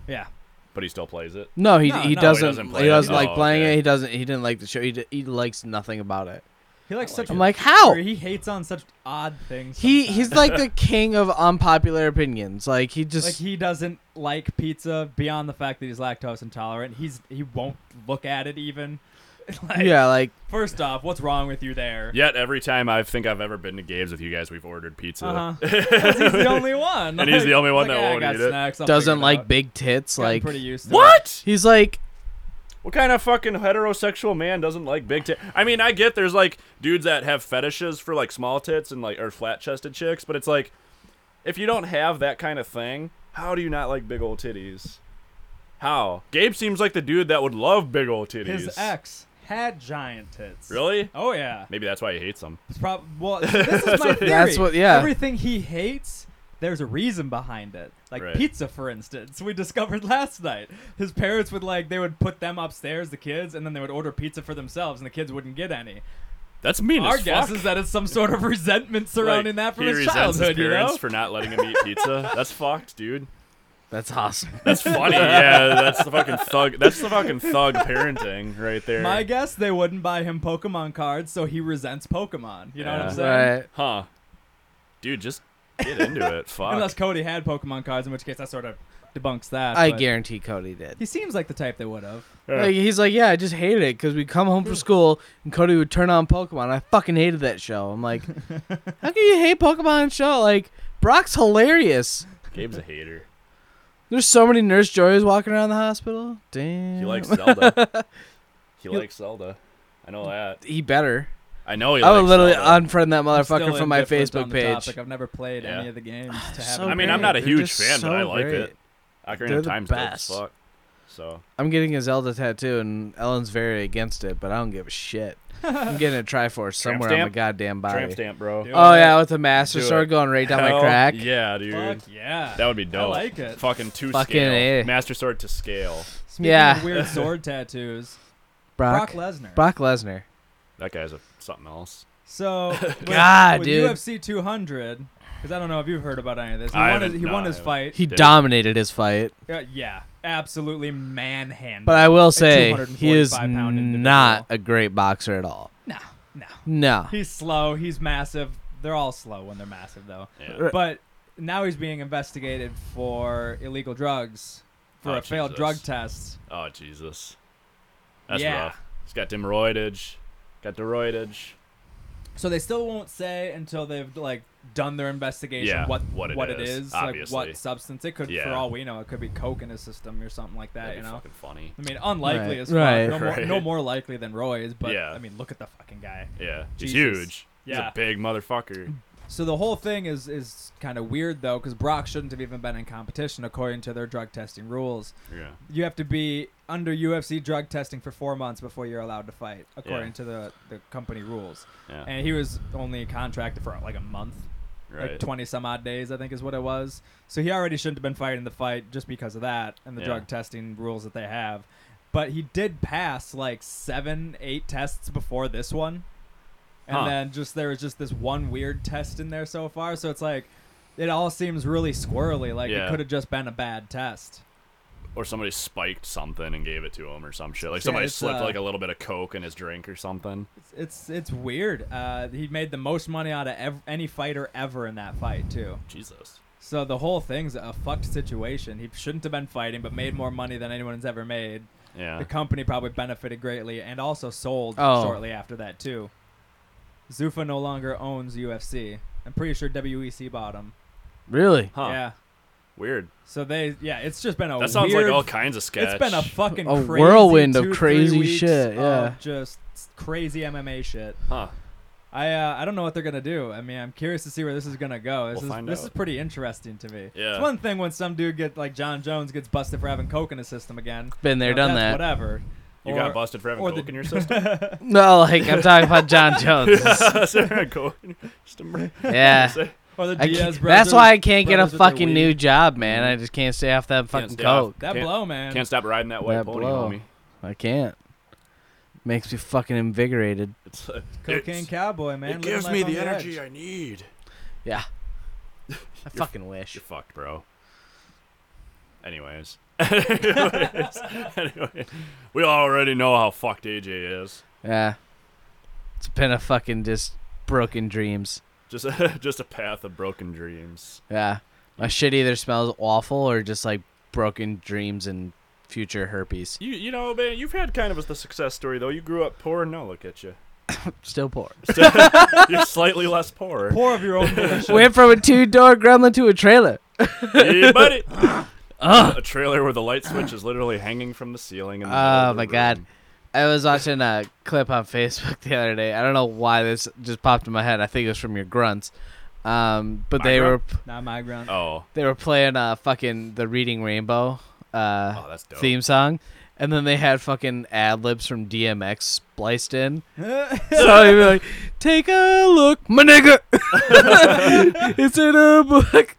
C: Yeah.
A: but he still plays it.
D: No, he,
C: No,
D: he,
C: no, he
D: doesn't, he
A: doesn't
D: doesn't.
A: play it.
D: like
A: Oh,
D: playing
A: okay.
D: it. He doesn't. He didn't like the show. He, d- he likes nothing about it.
C: He likes such.
D: I'm like, how?
C: or he hates on such odd things.
D: He
C: sometimes.
D: he's like the king of unpopular opinions. Like he just
C: like he doesn't like pizza beyond the fact that he's lactose intolerant. He's he won't look at it even. like,
D: yeah like
C: First off, what's wrong with you there?
A: Yet every time I think I've ever been to Gabe's with you guys, we've ordered pizza.
C: Uh huh. he's the only one.
A: And he's the only one that
C: "Yeah, I
A: won't
C: got
A: eat it.
C: snacks, I'll figure
D: doesn't
C: it
D: like
C: out."
D: big tits.
C: Gotten
D: Like
C: pretty used to it.
A: What?
D: he's like
A: What kind of fucking heterosexual man doesn't like big tits? I mean, I get there's like dudes that have fetishes for like small tits and like or flat chested chicks, but it's like if you don't have that kind of thing, how do you not like big old titties? How? Gabe seems like the dude that would love big old titties.
C: His ex had giant tits.
A: Really?
C: Oh yeah.
A: Maybe that's why he hates them.
C: It's prob- well, this is my theory.
D: That's what- yeah.
C: Everything he hates, there's a reason behind it. Like
A: Right.
C: pizza, for instance, we discovered last night. His parents would like they would put them upstairs, the kids, and then they would order pizza for themselves, and the kids wouldn't get any.
A: That's mean
C: Our
A: as
C: guess
A: fuck.
C: is that it's some sort of resentment surrounding
A: Like,
C: that from
A: he
C: his
A: resents
C: childhood.
A: his
C: you
A: parents
C: know.
A: for not letting him eat pizza. That's fucked, dude.
D: that's awesome.
A: That's funny. yeah, that's the fucking thug. That's the fucking thug parenting right there.
C: my guess, they wouldn't buy him Pokemon cards, so he resents Pokemon. You know what
A: Yeah.
C: I'm saying?
D: right.
A: Huh. Dude, just get into it. Fuck.
C: Unless Cody had Pokemon cards, in which case that sort of debunks that.
D: I
C: but
D: guarantee Cody did.
C: He seems like the type that would have.
D: Like, he's like, yeah, I just hated it because we'd come home from school and Cody would turn on Pokemon. I fucking hated that show. I'm like, how can you hate Pokemon show? Like, Brock's hilarious.
A: Gabe's a hater.
D: There's so many Nurse Joys walking around the hospital. Damn.
A: He likes Zelda. He likes Zelda. I know that.
D: He better.
A: I know he
D: I
A: likes
D: would literally
A: Zelda.
D: unfriend that
C: I'm still
D: motherfucker from my
C: indifferent
D: Facebook
C: on the
D: page.
C: Topic. I've never played
A: Yeah.
C: any of the games to have.
D: So
C: it.
A: I mean, I'm not a
D: They're
A: huge
D: just
A: fan, but I
D: so
A: like
D: great.
A: it. Ocarina
D: They're
A: of
D: the
A: Time's
D: best.
A: dope as fuck. So
D: I'm getting a Zelda tattoo, and Ellen's very against it, but I don't give a shit. I'm getting a Triforce somewhere on my
A: stamp?
D: goddamn
A: tramp
D: body.
A: stamp, bro.
C: Dude,
D: Oh yeah, with the master
A: Do it.
D: sword going right down my
A: Hell
D: crack.
A: Yeah, dude.
C: Fuck yeah.
A: That would be dope.
C: like it.
A: Fucking two
D: Fucking
A: scale.
D: A.
A: Master sword to scale.
C: Speaking
D: Yeah.
C: of weird sword tattoos.
D: Brock,
C: Brock Lesnar.
D: Brock Lesnar.
A: That guy's a something else.
C: So with-
D: God,
C: with
D: dude.
C: UFC 200, because I don't know if you've heard about any of this. He
A: I
C: won his,
A: haven't-
C: he
A: no,
C: won
A: I
C: his
A: haven't.
C: fight.
D: He
A: Dude.
D: dominated his fight,
C: Uh, yeah, absolutely manhandled.
D: but I will
C: a
D: say he is
C: 245 pound individual.
D: not a great boxer at all.
C: no, no.
D: No,
C: He's slow. He's massive. They're all slow when they're massive, though.
A: Yeah.
C: But now he's being investigated for illegal drugs for
A: Oh,
C: a failed
A: Jesus.
C: drug test.
A: Oh Jesus, that's
C: Yeah.
A: rough. He's got demeroidage. Got deroidage.
C: So they still won't say until they've like done their investigation
A: Yeah,
C: what
A: what
C: it
A: it is,
C: is, like
A: obviously.
C: what substance it could. For
A: Yeah.
C: all we know, it could be coke in his system or something like that.
A: That'd
C: you
A: be
C: know,
A: fucking funny.
C: I mean, unlikely
D: Right,
C: as fuck.
D: right.
C: no, More,
A: Right.
C: no more likely than Roy's, but
A: Yeah.
C: I mean, look at the fucking guy.
A: Yeah, he's
C: Jesus.
A: huge.
C: Yeah.
A: He's a big motherfucker.
C: So the whole thing is is kind of weird though, because Brock shouldn't have even been in competition according to their drug testing rules.
A: Yeah.
C: You have to be under UFC drug testing for four months before you're allowed to fight, according
A: Yeah.
C: to the the company rules.
A: Yeah.
C: And he was only contracted for like a month, like
A: right.
C: twenty some odd days, I think is what it was. So he already shouldn't have been fighting the fight just because of that and the
A: Yeah.
C: drug testing rules that they have. But he did pass like seven, eight tests before this one. And
A: Huh.
C: then just there was just this one weird test in there so far. So it's like it all seems really squirrely. Like it
A: Yeah.
C: could have just been a bad test.
A: or somebody spiked something and gave it to him or some shit. Like
C: Yeah,
A: somebody
C: it's,
A: slipped
C: uh,
A: like a little bit of coke in his drink or something.
C: It's it's, it's weird. Uh, he made the most money out of ev- any fighter ever in that fight too.
A: Jesus.
C: So the whole thing's a fucked situation. He shouldn't have been fighting, but made more money than anyone's ever made.
A: Yeah.
C: The company probably benefited greatly, and also sold
D: Oh.
C: shortly after that too. Zuffa no longer owns UFC. I'm pretty sure WEC bought him.
D: Really?
A: Huh.
C: Yeah.
A: Weird.
C: So they, yeah, it's just been a
A: That sounds
C: weird
A: like all kinds of sketch.
C: It's been a fucking
D: A
C: crazy
D: whirlwind of
C: two, three
D: crazy
C: weeks
D: shit,
C: of
D: yeah.
C: just crazy MMA shit.
A: Huh.
C: I uh, I don't know what they're gonna do. I mean, I'm curious to see where this is gonna go. This
A: We'll
C: is
A: find
C: this
A: out.
C: is pretty interesting to me.
A: Yeah.
C: It's one thing when some dude get like John Jones gets busted for having coke in his system again.
D: Been there,
C: You know,
D: done
C: that's
D: that.
C: Whatever.
A: You
C: Or-
A: got busted for having
C: or
A: coke
C: the-
A: in your system.
D: No, like I'm talking about John Jones.
A: coke in your system.
D: yeah.
C: Or the
D: I
C: Diaz
D: can't-
C: brothers.
D: that's why I can't get a
C: brothers with their
D: fucking
C: weed.
D: new job, man. I just can't stay off that
A: Can't
D: fucking
A: stay off-
D: coke.
C: that
A: Can't-
C: blow, man.
A: Can't stop riding that white
D: That
A: pony,
D: blow.
A: homie.
D: I can't. Makes me fucking invigorated.
A: It's like,
C: Cocaine
A: it's-
C: cowboy, man.
A: It
C: Living
A: gives
C: life
A: me
C: on
A: the energy
C: edge.
A: I need.
D: Yeah. I fucking wish.
A: You're fucked, bro. Anyways. anyway, we already know how fucked AJ is.
D: Yeah. It's been a fucking just broken dreams.
A: Just just a path of broken dreams.
D: Yeah. My shit either smells awful or just like broken dreams and future herpes.
A: You you know, man, you've had kind of a the success story though. You grew up poor, and now look at you.
D: Still poor.
A: You're slightly less poor.
C: Pour of your own volition.
D: Went from a two door gremlin to a trailer.
A: Hey, buddy. a trailer where the light switch is literally hanging from the ceiling. In the middle
D: Oh
A: of the
D: my
A: room.
D: god. I was watching a clip on Facebook the other day. I don't know why this just popped in my head. I think it was from your grunts. Um, but
A: My
D: they
A: grunt?
D: were
C: Not my ground.
A: Oh,
D: they were playing uh fucking the Reading Rainbow uh
A: oh, that's dope.
D: theme song. And then they had fucking ad libs from DMX spliced in. So he'd be like, "Take a look, my nigga. it's in a book."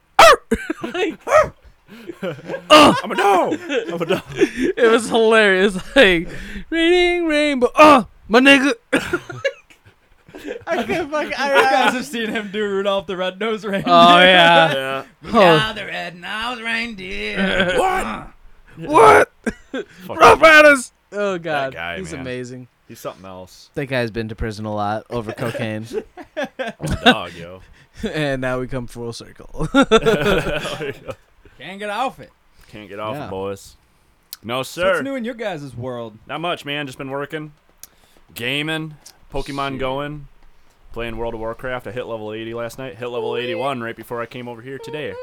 A: I'm a dog. I'm a dog.
D: It was hilarious. Like, reading rainbow. Oh, my nigga.
C: I can't fucking. I, you guys have seen him do Rudolph the Red Nose Reindeer.
D: Oh yeah.
A: Yeah.
D: Oh,
C: the Red Nose Reindeer.
A: What?
D: what?
A: Fuck
D: Rough Riders. Oh god,
A: guy,
D: he's
A: man.
D: amazing.
A: He's something else.
D: That guy's been to prison a lot over cocaine,
A: Dog, yo.
D: and now we come full circle.
C: Can't get off it.
A: Can't get off,
D: Yeah.
A: it, boys. No,
C: What's
A: sir.
C: new in your guys' world?
A: Not much, man. Just been working, gaming, Pokemon
D: Shit.
A: going, playing World of Warcraft. I hit level 80 last night. Hit level 81 right before I came over here today.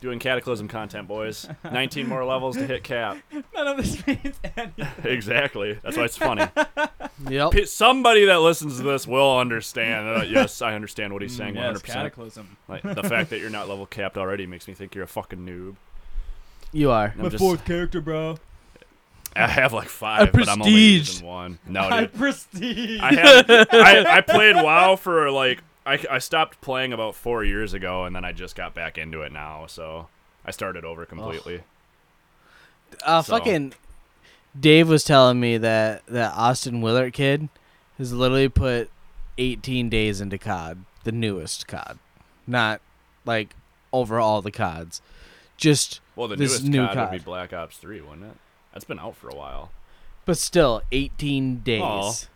A: Doing Cataclysm content, boys. 19 more levels to hit cap.
C: None of this means anything.
A: Exactly. That's why it's funny.
D: yep.
A: P- Somebody that listens to this will understand. Uh, yes, I understand what he's saying 100%.
C: Cataclysm.
A: Like, the fact that you're not level capped already makes me think you're a fucking noob.
D: You are.
A: And I'm just-
C: character, bro.
A: I have like five, but I'm only
D: prestige.
A: using one. No,
C: High
A: dude.
C: prestige.
A: Oh, I, had, I I played WoW for like I, I stopped playing about four years ago, and then I just got back into it now. So I started over completely.
D: Uh,
A: So-
D: fucking Dave was telling me that that Austin Willard kid has literally put 18 days into COD, the newest COD, not like over all the CODs. Just
A: Well, the
D: This
A: newest
D: new
A: COD, would be
D: COD.
A: Black Ops Three, wouldn't it? That's been out for a while.
D: but still 18
A: Aw.
D: days.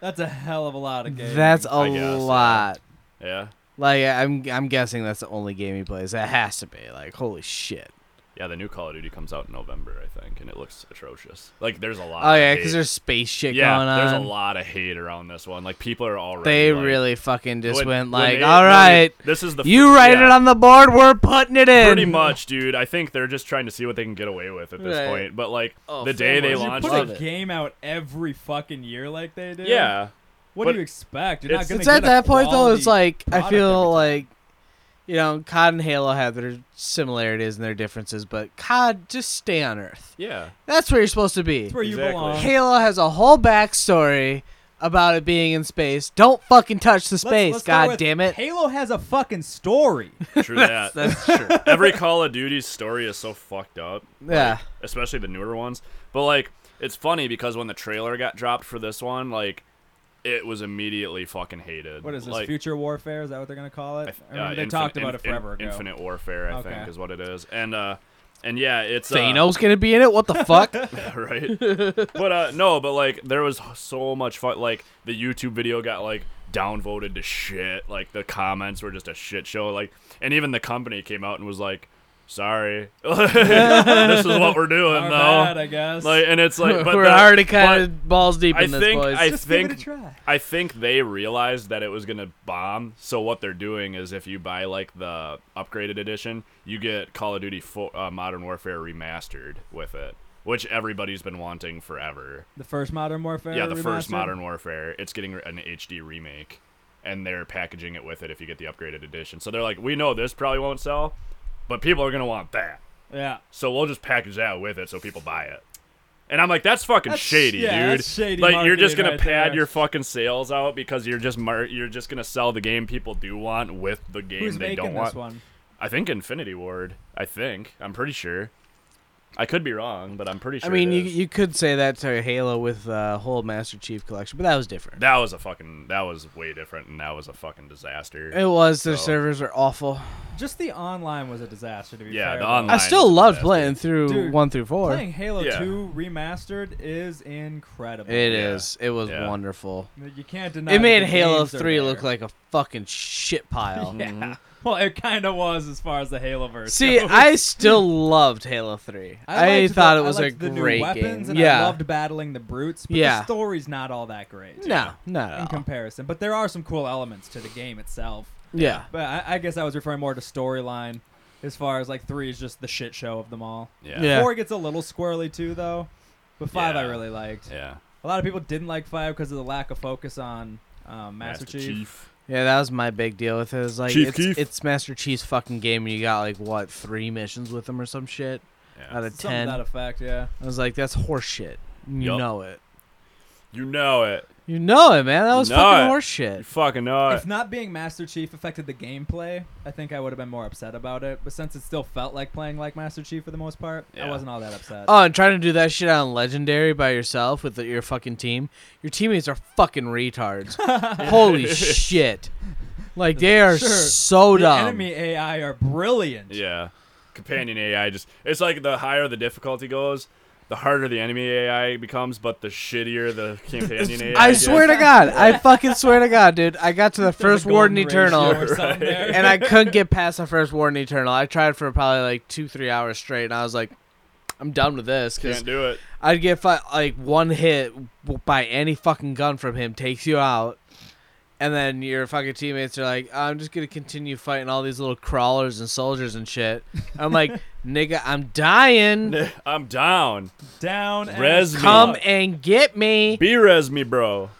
C: That's a hell of a lot of games.
D: That's a
A: I guess, yeah.
D: lot.
A: Yeah,
D: Like I'm I'm guessing that's the only game he plays. That has to be like holy shit.
A: Yeah, the new Call of Duty comes out in November, I think, and it looks atrocious. Like there's a lot.
D: Oh
A: of
D: yeah,
A: hate.
D: because there's space shit
A: yeah,
D: going on.
A: there's a lot of hate around this one. Like people are already.
D: They
A: like,
D: really fucking just
A: when-
D: went
A: when
D: like,
A: they-
D: all
A: no,
D: right,
A: this is the
D: you
A: fir-
D: write it
A: yeah.
D: on the board, we're putting it in.
A: Pretty much, dude. I think they're just trying to see what they can get away with at this
D: Right.
A: point. But like
D: Oh,
A: the day they
D: fanboys. You
A: launched,
C: Put
D: Love
C: a
D: it.
C: game out every fucking year like they do.
A: yeah,
C: What
A: But
C: do you expect? You're not
A: it's-
C: gonna
D: It's at
C: get a
D: that point though. It's
C: quality-
D: like I
C: product every
D: feel
C: time.
D: like, you know, COD and Halo have their similarities and their differences, but COD just stay on Earth.
A: yeah.
D: That's where you're supposed to be.
C: It's where you
A: Exactly.
C: belong.
D: Halo has a whole backstory about it being in space. Don't fucking touch the
C: Let's-
D: space,
C: let's start
D: god
C: with
D: damn it.
C: Halo has a fucking story.
A: True that.
D: That's true. Ah.
A: Every Call of Duty's story is so fucked up.
D: Yeah.
A: especially the newer ones. But like, it's funny because when the trailer got dropped for this one, like, it was immediately fucking hated.
C: What is this?
A: Like,
C: Future warfare? Is that what they're gonna call it?
A: I th-
C: I remember
A: uh,
C: they
A: infin-
C: talked about
A: in-
C: it forever
A: in-
C: ago.
A: Infinite warfare, I
C: Okay.
A: think, is what it is, and uh, and yeah, it's uh,
D: Thanos gonna be in it? What the fuck?
A: right? but uh, no, but like there was so much fun. Like the YouTube video got like downvoted to shit. Like the comments were just a shit show. Like and even the company came out and was like, "Sorry, this is what we're doing,
C: Our
A: though."
C: bad, I guess.
A: Like and it's like, but
D: We're
A: that-
D: already
A: but-
D: kind of balls deep
A: I
D: in this,
A: think
D: boys.
A: I
C: Just
A: think
C: give it a try.
A: I think they realized that it was gonna bomb. So what they're doing is, if you buy like the upgraded edition, you get Call of Duty fo- uh, Modern Warfare remastered with it, which everybody's been wanting forever.
C: the first Modern Warfare.
A: yeah, the first
C: remastered?
A: Modern Warfare. It's getting an HD remake, and they're packaging it with it if you get the upgraded edition. So they're like, we know this probably won't sell, but people are gonna want that.
C: Yeah.
A: So we'll just package that with it so people buy it. And I'm like, that's fucking
C: That's-
A: shady,
C: yeah,
A: dude.
C: that's shady
A: like you're just
C: marketing
A: gonna
C: right
A: pad
C: there.
A: your fucking sales out because you're just mar- you're just gonna sell the game people do want with the game
C: Who's
A: they
C: making
A: don't
C: this
A: want.
C: one?
A: I think Infinity Ward. I think I'm pretty sure. I could be wrong, but I'm pretty
D: I
A: sure.
D: mean,
A: it
D: you,
A: is.
D: you could say that to Halo with uh, whole Master Chief collection, but that was different.
A: that was a fucking that was way different, and that was a fucking disaster.
D: It was. Their
A: So-
D: servers are awful.
C: Just the online was a disaster. To be
A: Yeah,
C: fair,
A: the
C: though.
A: online-
D: I
A: Mine
D: still
A: was
D: loved
A: bad.
D: playing through
C: Dude,
D: one through four.
C: Playing Halo
A: Yeah.
C: 2 remastered is incredible.
D: It
A: Yeah.
D: is. It was
A: Yeah.
D: wonderful.
C: You can't deny.
D: it made
C: that the
D: Halo
C: games are
D: Three look
C: there.
D: like a fucking shit pile.
C: Yeah. Well, it kind of was as far as the Halo verse.
D: See, I still loved Halo Three. I,
C: liked
D: thought
C: the-
D: it was
C: I
D: a
C: liked the new
D: great
C: weapons,
D: game.
C: And
D: yeah.
C: I loved battling the brutes, but
D: Yeah.
C: the story's not all that great.
D: no, not
C: in
D: at all.
C: comparison. But there are some cool elements to the game itself.
D: Yeah.
C: But I, I guess I was referring more to storyline, as far as like three is just the shit show of them all.
A: yeah,
D: Yeah.
C: Four gets a little squirrely too, though. But five I
A: Yeah.
C: really liked.
A: yeah.
C: A lot of people didn't like five because of the lack of focus on um, Master, Chief.
D: Yeah, that was my big deal with it. it was like
A: Chief
D: it's,
A: Keef.
D: it's Master Chief's fucking game, and you got like what three missions with him or some shit
A: Yeah.
D: out of
C: Something to
D: ten.
C: that effect, yeah.
D: I was like, that's horseshit. You
A: Yup.
D: know it.
A: You know it.
D: You know it, man. That was
A: Know
D: fucking
A: it. You
D: horseshit.
A: fucking know it.
C: If not being Master Chief affected the gameplay, I think I would have been more upset about it. But since it still felt like playing like Master Chief for the most part, I
A: Yeah.
C: wasn't all that upset.
D: Oh, and trying to do that shit on Legendary by yourself with the, your fucking team. Your teammates are fucking retards. Holy shit. Like, they are
C: Sure.
D: so
C: the
D: dumb.
C: enemy AI are brilliant.
A: Yeah. Companion AI just it's like the higher the difficulty goes, the harder the enemy AI becomes, but the shittier the companion AI.
D: I
A: gets.
D: swear to God. I fucking swear to God, dude. I got to the
C: There's a
D: first Warden
C: golden ratio
D: Eternal,
C: or something there.
D: and I couldn't get past the first Warden Eternal. I tried for probably like two, three hours straight, and I was like, I'm done with this. Because
A: can't do it.
D: I'd get fi- like one hit w- by any fucking gun from him takes you out, and then your fucking teammates are like, "I'm just gonna continue fighting all these little crawlers and soldiers and shit." I'm like, "Nigga, I'm dying.
A: I'm down.
C: Down. and
A: Res me.
D: Come and get me."
A: B res me, bro.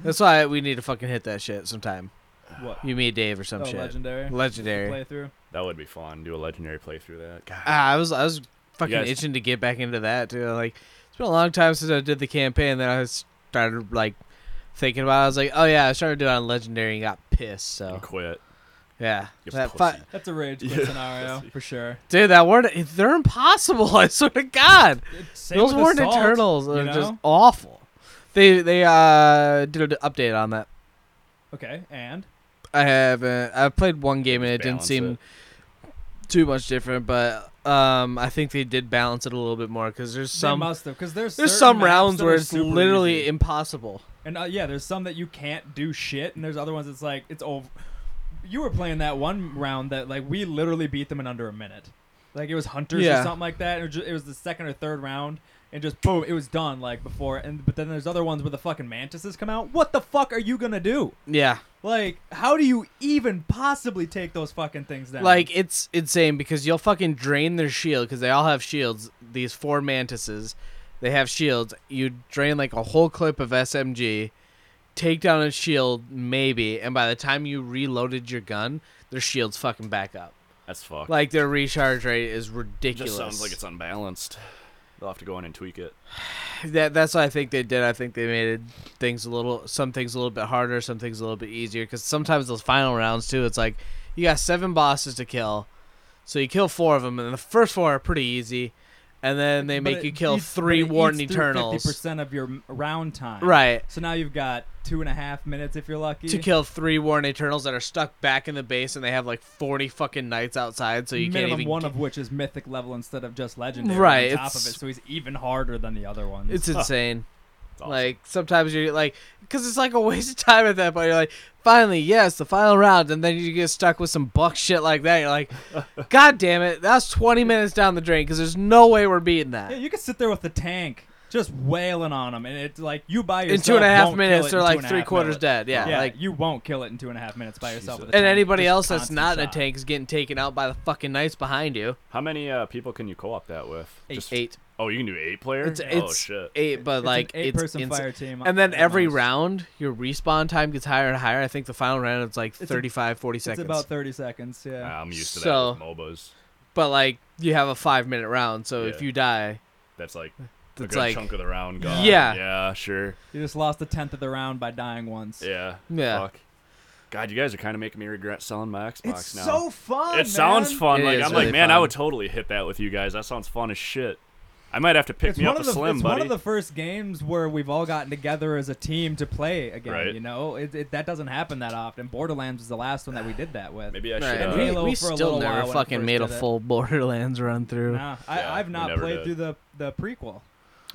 D: That's why we need to fucking hit that shit sometime.
C: What?
D: You, me, Dave, or some
C: Oh,
D: shit.
C: legendary.
D: Legendary.
C: Playthrough.
A: That would be fun. Do a legendary playthrough that. God.
D: Ah, I was I was fucking
A: guys-
D: itching to get back into that too. Like it's been a long time since I did the campaign. Then I started like thinking about. it. I was like, oh yeah, I started doing it on legendary and got pissed.
A: You
D: So
A: quit.
D: yeah,
A: You
D: That
A: pussy.
D: fi-
C: That's a rage quit
A: Yeah.
C: scenario for sure.
D: dude, that word they're impossible. I swear to God,
C: Same
D: those
C: with
D: Warden
C: assault,
D: Eternals
C: you
D: are just
C: know?
D: awful. They they uh did an update on that.
C: okay. And
D: I haven't. I played one game and it
A: Just
D: didn't
A: balance
D: seem
A: it.
D: too much different, but um, I think they did balance it a little bit more because there's
C: some
D: some
C: must have because there's
D: there's
C: certain
D: some
C: maps
D: rounds
C: that
D: where
C: are
D: it's
C: super
D: literally
C: easy.
D: impossible.
C: and uh, yeah, there's some that you can't do shit, and there's other ones that's like it's over. you were playing that one round that like we literally beat them in under a minute. Like it was hunters
D: Yeah.
C: or something like that. It was, ju- it was the second or third round, and just boom, it was done. Like before, and but then there's other ones where the fucking mantises come out. What the fuck are you gonna do?
D: Yeah.
C: Like, how do you even possibly take those fucking things down?
D: Like it's insane because you'll fucking drain their shield because they all have shields. These four mantises, they have shields. You drain like a whole clip of SMG, take down a shield maybe, and by the time you reloaded your gun, their shield's fucking back up.
A: That's fucked.
D: Like their recharge rate is
A: it
D: ridiculous.
A: just sounds like it's unbalanced. They'll have to go in and tweak it.
D: that, that's what I think they did. I think they made it things a little, some things a little bit harder, some things a little bit easier. Because sometimes those final rounds too, it's like you got seven bosses to kill, so you kill four of them, and the first four are pretty easy, and then they make you kill three Warden Eternals,
C: Fifty percent of your m- round time.
D: right?
C: So now you've got two and a half minutes if you're lucky.
D: To kill three Warden Eternals that are stuck back in the base, and they have like forty fucking knights outside, so you
C: Minimum
D: can't even.
C: one
D: get-
C: of which is mythic level instead of just legendary.
D: Right,
C: On top of
D: it's-
C: it, so he's even harder than the other ones.
D: it's insane.
A: It's awesome.
D: Like sometimes you're like, because it's like a waste of time at that point. You're like, finally, yes, the final round, and then you get stuck with some buck shit like that. You're like, god damn it, that's 20 minutes down the drain because there's no way we're beating
C: yeah,
D: that.
C: you could sit there with the tank just wailing on him, and it's like you by yourself.
D: In two and a half
C: won't kill
D: minutes,
C: it
D: they're
C: in two
D: like
C: and a
D: three
C: half
D: quarters
C: minutes.
D: dead. Yeah,
C: Yeah,
D: like.
C: you won't kill it in two and a half minutes by yourself.
A: Jesus.
C: With a
D: And
C: tank.
D: anybody
C: Just
D: else that's
C: constant
D: not in a
C: shot.
D: tank is getting taken out by the fucking knights behind you.
A: How many uh, people can you co-op that with?
D: Eight,
A: Just-
D: eight.
A: Oh, you can do eight player.
D: It's,
A: oh
D: it's
A: shit.
D: eight, but
C: It's an
D: like it's
C: eight-person
D: insane.
C: fire team,
D: And then
C: at
D: every
C: most.
D: round, your respawn time gets higher and higher. I think the final round it's like
C: a-
D: 35, 40
C: It's
D: seconds.
C: about thirty seconds. Yeah.
A: I'm used to
D: So-
A: that with MOBAs.
D: but like you have a five minute round, so if
A: Yeah.
D: you die,
A: That's like a
D: That's
A: good
D: like-
A: chunk of the round gone.
D: Yeah.
A: Yeah. Sure.
C: You just lost a tenth of the round by dying once.
A: Yeah.
D: Yeah.
A: Fuck. God, you guys are kind of making me regret selling my Xbox
C: It's
A: now.
C: so fun.
A: it sounds fun.
D: It
A: like
D: is
A: I'm
D: really
A: like, man, I
D: fun.
A: would totally hit that with you guys. That sounds fun as shit. I might have to pick
C: It's,
A: me
C: one
A: up a
C: of, the,
A: slim,
C: it's
A: buddy.
C: one of the first games where we've all gotten together as a team to play again.
A: Right.
C: You know, it, it, that doesn't happen that often. Borderlands was the last one that we did that with.
A: Maybe I
D: Right.
A: should.
C: And
A: uh,
C: Halo
D: we, we
C: for a
D: still
C: little while
D: never
C: when it
D: fucking
C: first
D: made a
C: did it.
D: full Borderlands run through.
C: Nah, I,
A: Yeah,
C: I've
A: we
C: not
A: never
C: played
A: did.
C: through the the prequel.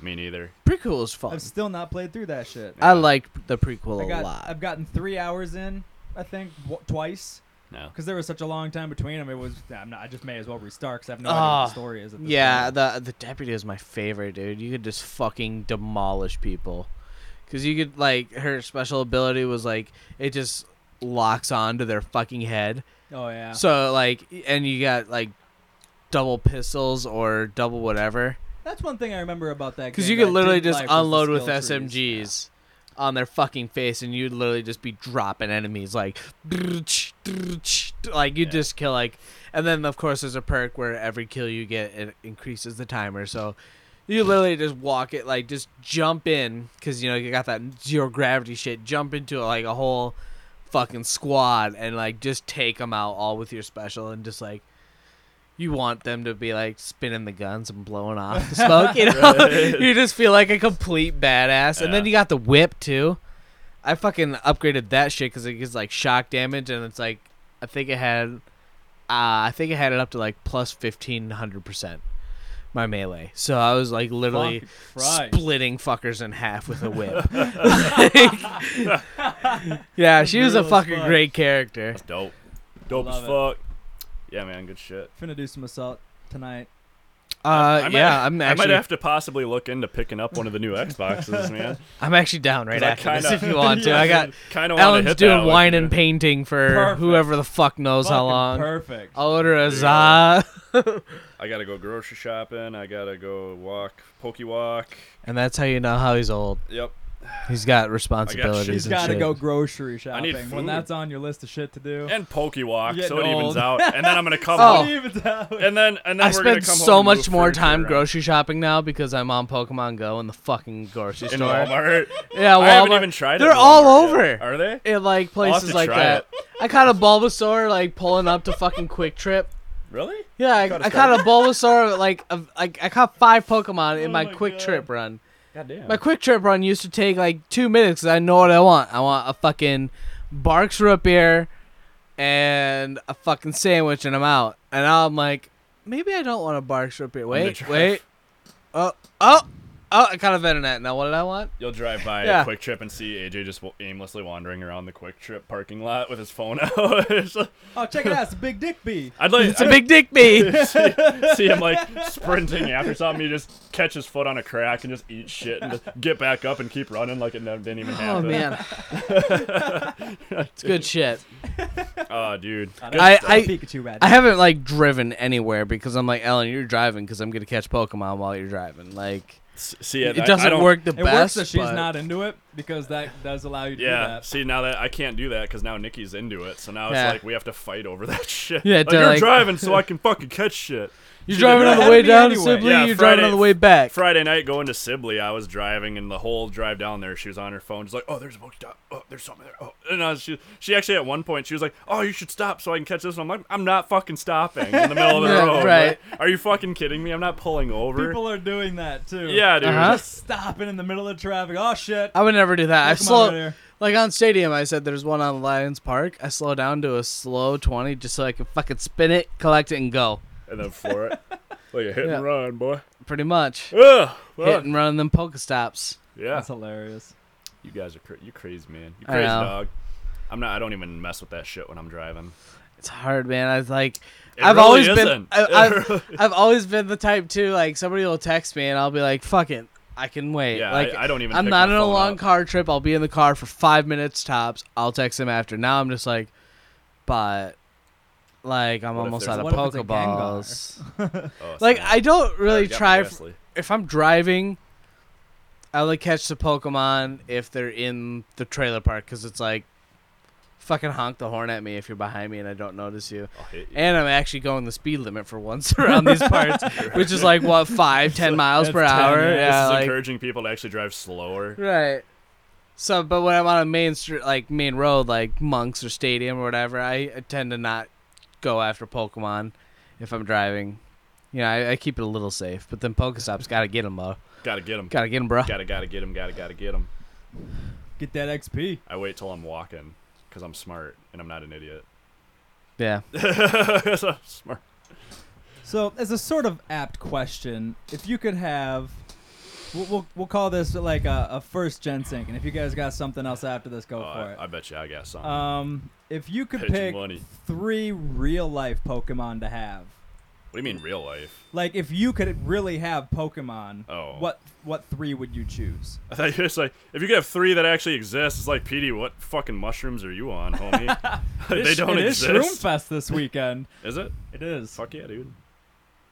A: Me neither.
D: Pretty cool as fuck.
C: I've still not played through that shit.
D: I liked the prequel
C: I
D: a
C: got,
D: lot.
C: I've gotten three hours in, I think, w- twice.
A: No.
C: Because there was such a long time between them, it was. I'm not, I just may as well restart because I have no idea
D: Ah,
C: what the story is. At this
D: Yeah,
C: point.
D: the the deputy is my favorite, dude. You could just fucking demolish people, cause you could like her special ability was like it just locks onto their fucking head.
C: oh yeah.
D: So like, and you got like double pistols or double whatever.
C: That's one thing I remember about that.
D: Because
C: game
D: you
C: that
D: could
C: I
D: literally
C: didn't
D: just
C: like was the
D: unload with
C: skill
D: SMGs
C: trees. Yeah.
D: on their fucking face, and you'd literally just be dropping enemies like, like you
A: Yeah.
D: just kill like, and then of course there's a perk where every kill you get it increases the timer, so you literally just walk it like just jump in because you know you got that zero gravity shit, jump into like a whole fucking squad and like just take them out all with your special and just like. You want them to be like spinning the guns and blowing off the smoke, you know? you just feel like a complete badass. And then
A: Yeah.
D: you got the whip too. I fucking upgraded that shit because it gives like shock damage, and it's like I think it had, uh, I think it had it up to like plus fifteen hundred percent my melee. So I was like literally
C: Fuck Christ.
D: splitting fuckers in half with a whip. Like- yeah, she was a
C: Brutal as
D: fucking
C: fuck.
D: great character.
A: That's dope. Dope as
C: Love
A: fuck. Yeah, man. Good shit.
C: Finna do some assault tonight.
D: Uh,
A: I might-
D: yeah, I'm
A: I might
D: actually
A: have to possibly look into picking up one of the new Xboxes, man.
D: I'm actually down right
A: 'Cause
D: after
A: I
D: this
A: kinda-
D: if you want to. I got
A: Kind of want to
D: Ellen's
A: hit
D: doing
A: that
D: wine
A: with
D: and
A: you.
D: painting for
C: Perfect.
D: whoever the fuck knows how
C: Fucking
D: long. Oh,
C: Perfect.
D: I'll order a
A: Yeah.
D: za,
A: I gotta go grocery shopping. I gotta go walk, pokey walk.
D: and that's how you know how he's old.
A: Yep.
D: He's got responsibilities.
C: She's
A: She's
C: got
D: got
C: to go grocery shopping.
A: need
C: When
A: food.
C: that's on your list of shit to do.
A: And pokey walk,
C: Getting
A: so it evens
C: old.
A: out. And then I'm gonna come
D: Oh.
A: home. And then and then
D: I
A: we're gonna
D: spend
A: come
D: so
A: home and
D: much
A: move
D: more
A: furniture
D: time
A: around.
D: grocery shopping now because I'm on Pokemon Go in the fucking grocery
A: in
D: store.
A: Walmart.
D: Yeah, Walmart.
A: I haven't even tried it.
D: They're
A: in
D: all
A: Walmart
D: over.
A: yet. Are they?
D: It like places
A: to
D: like
A: try
D: that. I caught a Bulbasaur like pulling up to fucking Quick Trip.
A: Really?
D: Yeah, I,
A: Caught a
D: I caught a Bulbasaur like of like I caught five Pokemon in
A: Oh
D: my,
A: my
D: Quick
A: God.
D: Trip run.
A: God damn.
D: My Quick Trip run used to take like two minutes 'cause I know what I want. I want a fucking Barks root beer and a fucking sandwich, and I'm out. And now I'm like, maybe I don't want a Barks root beer. Wait,
A: drive.
D: wait. Oh, oh, oh, I caught a internet. Now, what did I want?
A: You'll drive by
D: Yeah.
A: a Quick Trip and see AJ just wa- aimlessly wandering around the Quick Trip parking lot with his phone out. It's like-
C: Oh, check it out. It's a big dick bee.
A: I'd like
D: It's a big dick me.
A: see, see him like sprinting after something. He just catch his foot on a crack and just eat shit and just get back up and keep running like it never didn't even
D: Oh
A: happen.
D: man, it's good shit.
A: Oh, dude.
D: I, I
C: Pikachu red.
D: I haven't like driven anywhere because I'm like Ellen, you're driving because I'm gonna catch Pokemon while you're driving. Like
A: S- See,
D: it
A: I- I
D: doesn't
A: don't-
D: work the
C: it works
D: best.
C: that she's
D: but-
C: not into it because that does allow you to do
A: Yeah.
C: that.
A: See, now that I can't do that because now Nikki's into it, so now it's
D: Yeah.
A: like we have to fight over that shit.
D: Yeah,
A: like,
D: to,
A: you're
D: like-
A: driving so I can fucking catch shit.
D: You're driving on
C: ahead
D: the
C: of
D: way
C: me
D: down to
C: anyway.
D: Sibley.
A: Yeah,
D: you're driving
A: Friday-
D: on the way back.
A: Friday night going to Sibley, I was driving, and the whole drive down there, she was on her phone. She's like, "Oh, there's a book stop. Oh, there's something there. Oh." And I was, she, she actually at one point, she was like, "Oh, you should stop so I can catch this." And I'm like, "I'm not fucking stopping in the middle of the
D: Yeah,
A: road.
D: right.
A: Like, are you fucking kidding me? I'm not pulling over."
C: People are doing that too.
A: yeah, dude.
D: Uh-huh.
C: Just stopping in the middle of traffic. Oh shit.
D: I would never do that. I
C: Pokemon
D: slow
C: right here.
D: like on Stadium. I said there's one on Lions Park. I slow down to a slow twenty just so I can fucking spin it, collect it, and go.
A: And then for it, like a hit
D: Yeah.
A: and run, boy.
D: Pretty much
A: Ugh, fuck.
D: hit and run them Pokestops.
A: Yeah,
C: That's hilarious.
A: you guys are cra- you crazy man. You
D: I
A: crazy
D: know.
A: dog. I'm not. I don't even mess with that shit when I'm driving.
D: It's hard, man. I was like,
A: It
D: I've
A: really
D: always been,
A: isn't.
D: I,
A: It really-
D: I've, I've always been the type to like somebody will text me and I'll be like, fuck it, I can wait.
A: Yeah,
D: like
A: I, I don't even.
D: I'm
A: pick
D: not
A: my
D: on a
A: phone
D: long
A: up.
D: car trip. I'll be in the car for five minutes tops. I'll text him after. Now I'm just like, but like I'm
A: What if
D: almost
A: there's-
D: out of
C: what if it's a
D: Pokeballs.
A: Oh,
D: Like
A: snap.
D: I don't really
A: Already got
D: try.
A: my
D: F-
A: Wesley.
D: if I'm driving, I only catch the Pokemon if they're in the trailer park because it's like, fucking honk the horn at me if you're behind me and I don't notice you.
A: I'll hit you.
D: And I'm actually going the speed limit for once around these parts, which is like what five, ten miles per
C: That's 10,
D: hour.
C: yeah. This
D: Yeah,
A: this is
D: like,
A: encouraging people to actually drive slower.
D: Right. So, but when I'm on a main street, like main road, like Monks or Stadium or whatever, I tend to not go after Pokemon if I'm driving. You know, I, I keep it a little safe. But then Pokestops, gotta get them, bro.
A: Gotta get them.
D: Gotta get them, bro.
A: Gotta gotta get them. Gotta gotta get them.
C: Get that XP.
A: I wait till I'm walking because I'm smart and I'm not an idiot.
D: Yeah.
A: 'Cause I'm smart.
C: So, as a sort of apt question, if you could have, we'll, we'll, we'll call this like a, a first gen sync, and if you guys got something else after this, go
A: Oh,
C: for
A: I, I bet you I got
C: it.
A: something.
D: Uh,
C: Um, if you could
A: Bet you
C: pick
A: money.
C: three real life Pokemon to have,
A: what do you mean real life?
C: like if you could really have Pokemon,
A: Oh.
C: what what three would you choose?
A: I thought you were just like if you could have three that actually exist, it's like Petey, what fucking mushrooms are you on, homie? they don't
C: it is
A: exist.
C: Shroom Fest this weekend.
A: Is it?
C: It is.
A: Fuck yeah, dude.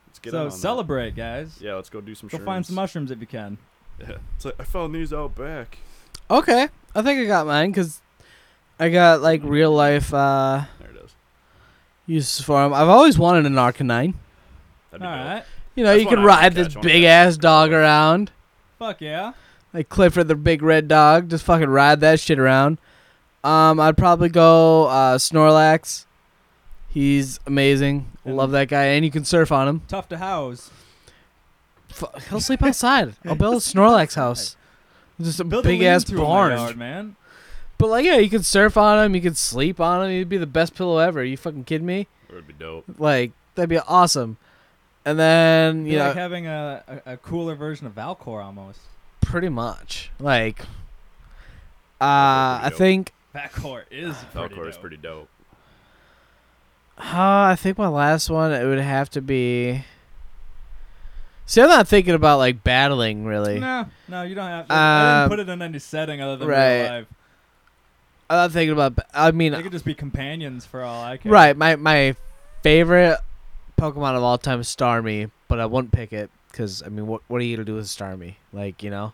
A: Let's get in on
C: so
A: that.
C: celebrate, guys.
A: Yeah, let's go do some.
C: Go
A: shrooms.
C: find some mushrooms if you can.
A: Yeah. It's like I found these out back.
D: Okay. I think I got mine because I got like real life uh,
A: There it is.
D: uses for them. I've always wanted an Arcanine.
A: That'd
C: All
A: be dope.
C: right.
D: You know,
A: That's
D: you
A: one
D: can
A: I wanna
D: ride this
A: catch. I wanna
D: big
A: catch
D: ass dog around.
C: Fuck yeah.
D: Like Clifford the big red dog, just fucking ride that shit around. Um, I'd probably go uh, Snorlax. He's amazing. Love that guy, and you can surf on him.
C: Tough to house.
D: F- he'll sleep outside. I'll build a Snorlax house, just a
C: Build a
D: big ass
C: lean-to in my
D: barn.
C: yard, man.
D: but like, yeah, you can surf on him. You can sleep on him. He'd be the best pillow ever. Are you fucking kidding me?
A: It would be dope.
D: Like that'd be awesome. And then
C: Be
D: you know,
C: like having a, a, a cooler version of Valcor almost.
D: pretty much like, uh, I
A: dope.
D: think
C: Valcor is pretty.
A: Falcor is
C: dope.
A: pretty dope.
D: Uh, I think my last one it would have to be. See, I'm not thinking about like battling really.
C: No, no, you don't have. To. I
D: Um,
C: didn't put it in any setting other than
D: right.
C: real life.
D: I'm not thinking about. ba- I mean,
C: They could just be companions for all I care.
D: right? My my favorite Pokemon of all time is Starmie, but I wouldn't pick it because I mean, what what are you gonna do with Starmie? Like you know,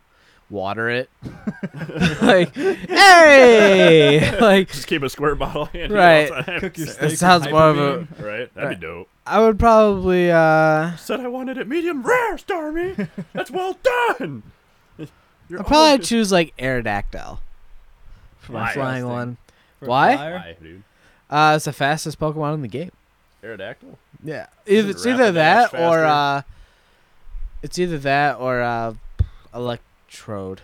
D: water it. like hey, like
A: Just keep a square bottle handy.
D: Right.
A: all the time.
C: Cook your
D: it
C: steak
D: sounds
C: with
D: more of a.
C: Hyper
A: Right? That'd
D: Right.
A: be dope.
D: I would probably uh.
A: Said I wanted it medium rare, Starmie. That's well done. You're
D: I'd probably
A: always-
D: choose like Aerodactyl for my
A: Why?
D: flying
C: Interesting.
D: one.
C: for
D: Why?
C: fire.
A: Why, dude?
D: Uh, it's the fastest Pokemon in the game.
A: Aerodactyl?
D: Yeah,
A: Is
D: either,
A: it
D: it's either
A: rapid dash
D: that or
A: faster?
D: uh, it's either that or uh, electrode.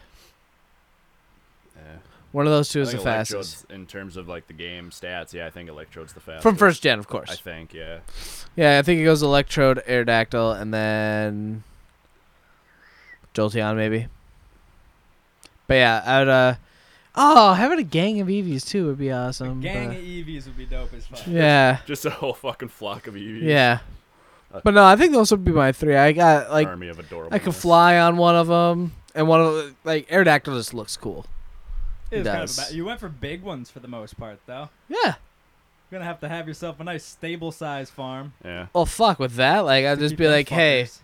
A: Yeah.
D: One of those two
A: I
D: is the
A: think
D: fastest
A: Electrode's- In terms of like the game stats, yeah, I think Electrode's the fastest.
D: from first gen, of
A: I
D: course.
A: think, yeah.
D: yeah, I think it goes electrode, Aerodactyl, and then Jolteon maybe. But yeah, I would. Uh, oh, having a gang of Eevees too would be awesome.
A: uh,
C: Gang
D: but-
C: of EVs would be dope as fuck.
D: yeah,
A: Just a whole fucking flock of EVs.
D: yeah.
A: Uh,
D: But no, I think those would be my three. I got like
A: army of adorable.
D: I could fly on one of them, and one of like Aerodactyl just looks cool.
C: It was kind of a
D: does.
C: ba- you went for big ones for the most part, though.
D: Yeah.
C: You're gonna have to have yourself a nice stable size farm.
A: Yeah.
D: Well, Oh, fuck with that. Like I'd
C: to
D: just
C: keep
D: be
C: them
D: like, hey,
C: fuckers.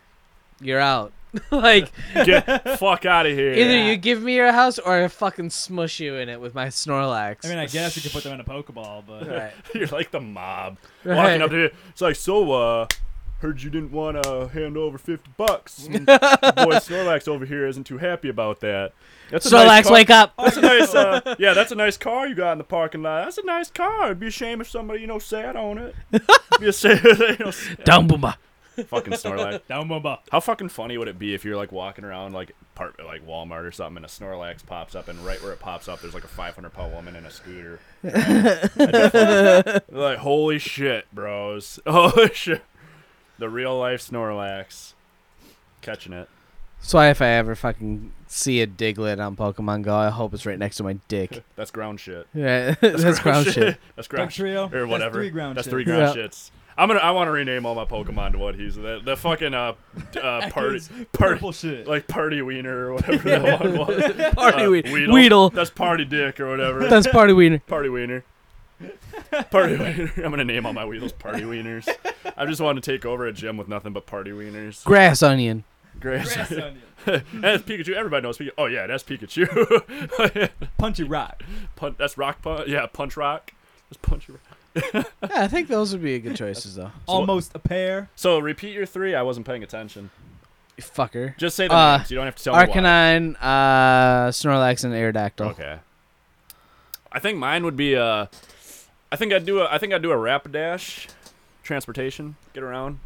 D: you're out. like
A: Get fuck out of here.
D: either you give me your house or I fucking smush you in it with my Snorlax.
C: I mean, I guess you could put them in a Pokeball, but
D: Right.
A: You're like the mob
D: Right.
A: walking up to you. It's like, so uh, heard you didn't want to hand over fifty bucks. And boy, Snorlax over here isn't too happy about that. That's a
D: Snorlax,
A: nice car-
D: wake up.
A: That's a nice, uh, yeah, that's a nice car you got in the parking lot. That's a nice car. It'd be a shame if somebody, you know, sat on it. be a shame, if they, you know, sat-
D: Dumboomba.
A: fucking Snorlax.
C: down Mumba.
A: How fucking funny would it be if you're like walking around like part like Walmart or something, and a Snorlax pops up, and right where it pops up, there's like a 500 pound woman in a scooter. like holy shit, bros! Holy shit, the real life Snorlax catching it.
D: That's why if I ever fucking see a Diglett on Pokemon Go, I hope it's right next to my dick.
A: That's ground shit.
D: Yeah, that's ground shit.
A: That's
C: Doug
A: ground shit.
C: Trio
A: Or whatever.
C: That's three ground.
A: That's
C: shits.
A: three ground
D: Yeah.
A: shits. I'm gonna. I want to rename all my Pokemon to what he's the, the fucking uh, uh party
C: Echoes
A: party
C: Purple shit.
A: like party wiener or whatever that one was.
D: Party
A: Uh,
D: Weed- Weedle.
A: That's party dick or whatever.
D: That's Party Wiener.
A: Party wiener. Party wiener. I'm gonna name all my weasels party wieners. I just want to take over a gym with nothing but party wieners.
D: Grass onion.
A: Grass.
C: Grass onion.
A: that's Pikachu. Everybody knows Pikachu. Oh yeah, that's Pikachu.
C: Punchy rock.
A: Pun- that's Rock Punch. Yeah, Punch Rock. That's Punch Rock.
D: Yeah, I think those would be good choices though.
C: Almost a pair.
A: So repeat your three. I wasn't paying attention.
D: You fucker.
A: Just say the
D: Uh,
A: names. You don't have to tell me why.
D: Arcanine, uh, Snorlax, and Aerodactyl.
A: Okay. I think mine would be uh, I think I'd do a. I think I'd do a rapid dash, transportation, get around.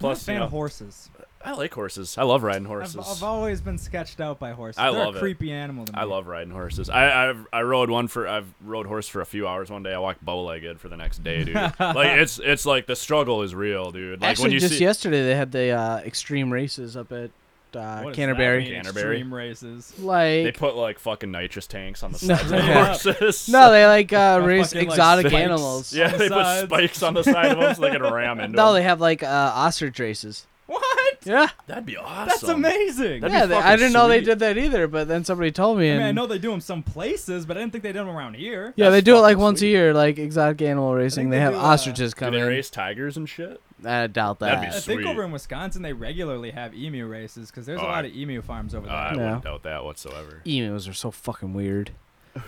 C: Plus,
A: Plus,
C: fan
A: you
C: of
A: know,
C: horses.
A: I like horses. I love riding
C: I've,
A: horses.
C: I've always been sketched out by horses.
A: I
C: They're
A: love
C: a
A: it.
C: creepy animal to me.
A: I love riding horses. I I've, I rode one for I've rode horse for a few hours one day. I walked bow legged for the next day, dude. like it's it's like the struggle is real, dude. Like
D: Actually,
A: when you
D: just
A: see
D: yesterday they had the uh, extreme races up at uh,
C: What does that
D: Canterbury.
C: mean,
A: Canterbury.
C: Extreme races.
A: they
D: Like,
A: put like fucking nitrous tanks on the
D: No.
A: sides of the
D: Yeah.
A: horses.
D: no, they like uh, race
C: fucking, like,
D: exotic
C: spikes.
D: animals.
A: yeah,
C: on
A: they
C: the
A: put
C: sides.
A: spikes on the side of them so they can ram into
D: No,
A: them.
D: they have like uh, ostrich races.
C: What?
D: Yeah,
A: That'd be awesome.
C: That's amazing.
A: That'd be
D: yeah. They, I
A: fucking
D: didn't know they
A: sweet.
D: did that either, but then somebody told me.
C: I
D: And,
C: mean, I know they do them some places, but I didn't think they did them around here.
D: yeah, they
A: That's
D: do it like
A: fucking
D: once
A: sweet.
D: a year, like exotic animal racing. They,
C: they
D: have
C: do, uh,
D: ostriches
A: Do
D: come
A: they
D: in.
A: race tigers and shit?
D: I doubt
A: That'd be
D: that.
C: I
A: Sweet.
C: think over in Wisconsin they regularly have emu races because there's
A: Oh,
C: a lot
A: I-
C: of emu farms over
A: Uh,
C: there.
A: I
D: No.
A: wouldn't doubt that whatsoever.
D: Emus are so fucking weird.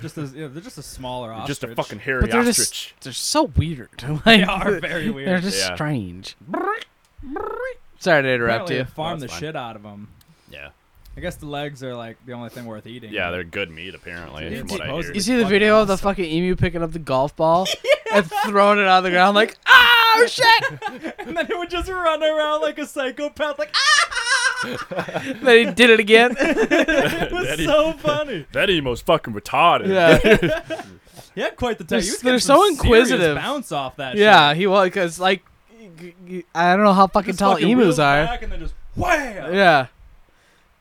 C: just as, yeah, they're just a smaller ostrich.
A: Just a fucking hairy
D: But they're
A: ostrich.
D: just—they're so weird. Like,
C: They are very weird.
D: They're just
A: Yeah.
D: strange. Sorry to interrupt
C: Apparently
D: you.
C: they farm
A: No,
C: the
A: it's fine.
C: shit out of them.
A: Yeah.
C: I guess the legs are like the only thing worth eating.
A: Yeah, they're good meat apparently.
C: Dude,
A: From what I
C: supposedly-
A: hear.
D: You see the
C: fucking
D: video of the
C: awesome.
D: fucking emu picking up the golf ball and throwing it on the ground like, oh shit!
C: and then it would just run around like a psychopath, like ah!
D: then he did it again.
C: it was
A: That is-
C: so funny.
A: That emo's fucking retarded.
D: yeah,
C: Yeah, quite the time.
D: They're
C: You
D: s-
C: was getting
D: they're so
C: some serious
D: inquisitive.
C: Bounce off that.
D: yeah, he was because like, g- g- I don't know how
C: shit.
D: fucking
C: Just
D: tall
C: fucking
D: emus
C: wheels
D: are.
C: Back and then just wham.
D: Yeah,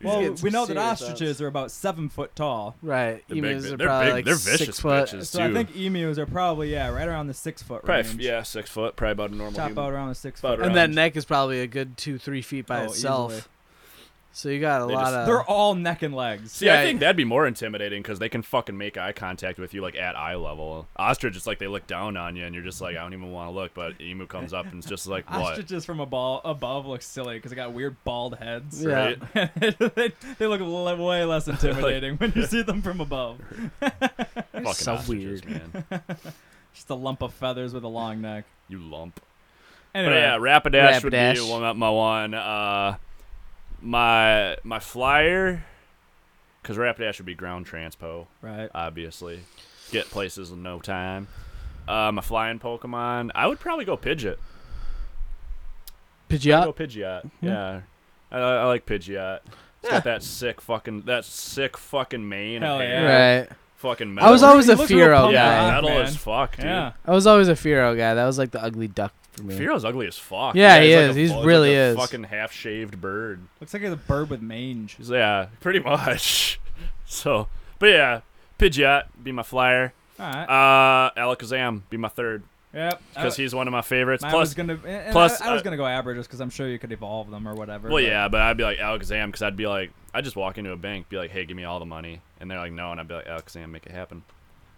C: Well,
D: It's
C: we know that
D: serious
C: ostriches are about seven foot tall.
D: right.
A: They're big,
D: emus
A: bi-
D: are
A: they're
D: probably
A: big-
D: like
A: they're
D: six
A: vicious
D: foot.
A: bitches. It's
C: So I
A: two.
C: think emus are probably yeah, right around the six foot
A: Probably,
C: range.
A: f- yeah, six foot. Probably about a normal
C: top
A: human.
C: out around the six
A: About
C: foot.
A: around-
D: And that neck is probably a good two, three feet by
C: Oh,
D: itself.
C: easily.
D: So you got a
A: They
D: lot
A: just-
D: of.
C: They're all neck and legs.
A: See,
D: Yeah,
A: I think that'd be more intimidating because they can fucking make eye contact with you like at eye level. Ostrich, it's like they look down on you, and you're just like, I don't even want to look. But emu comes up and it's just like, what?
C: Ostriches from above, above look silly because they got weird bald heads.
D: Yeah.
A: Right?
C: they, they look le- way less intimidating when you see them from above.
A: Fucking
D: so weird.
A: ostriches, man.
C: Just a lump of feathers with a long neck.
A: You lump. But
C: Anyway,
A: yeah, Rapidash would be
D: Rapidash.
A: one, my one. Uh, my my flyer, because Rapidash would be ground transpo,
C: right.
A: obviously. Get places in no time. Uh, my flying Pokemon, I would probably go Pidgeot.
D: Pidgeot.
A: Go Pidgeot.
D: Mm-hmm.
A: Yeah. I, I like Pidgeot. It's got that sick fucking that sick fucking mane.
C: Hell
A: of hair.
C: yeah.
D: Right.
A: Fucking metal.
D: I was always
C: He
D: a
C: looks real
D: fear of
C: pumped
A: yeah,
C: guy,
D: guy.
A: metal
C: man.
A: as fuck, dude.
C: Yeah.
D: I was always a Firo guy. That was like the ugly duck for me.
A: Firo's ugly as fuck.
D: Yeah, he
A: he's
D: is.
A: a
D: He's
A: fu-
D: really
A: like a
D: is.
A: Fucking half shaved bird.
C: Looks like he's a bird with mange.
A: He's- yeah, pretty much. So, but yeah, Pidgeot be my flyer.
C: All right.
A: Uh, Alakazam be my third
C: yep. Uh,
A: because
C: I-
A: he's one of my favorites.
C: mine
A: Plus,
C: was gonna. and- and
A: plus,
C: I, I was
A: uh,
C: gonna go average just because I'm sure you could evolve them or whatever.
A: well,
C: but-
A: yeah, but I'd be like Alakazam because I'd be like, I just walk into a bank, be like, hey, give me all the money, and they're like, no, and I'd be like, Alakazam, make it happen.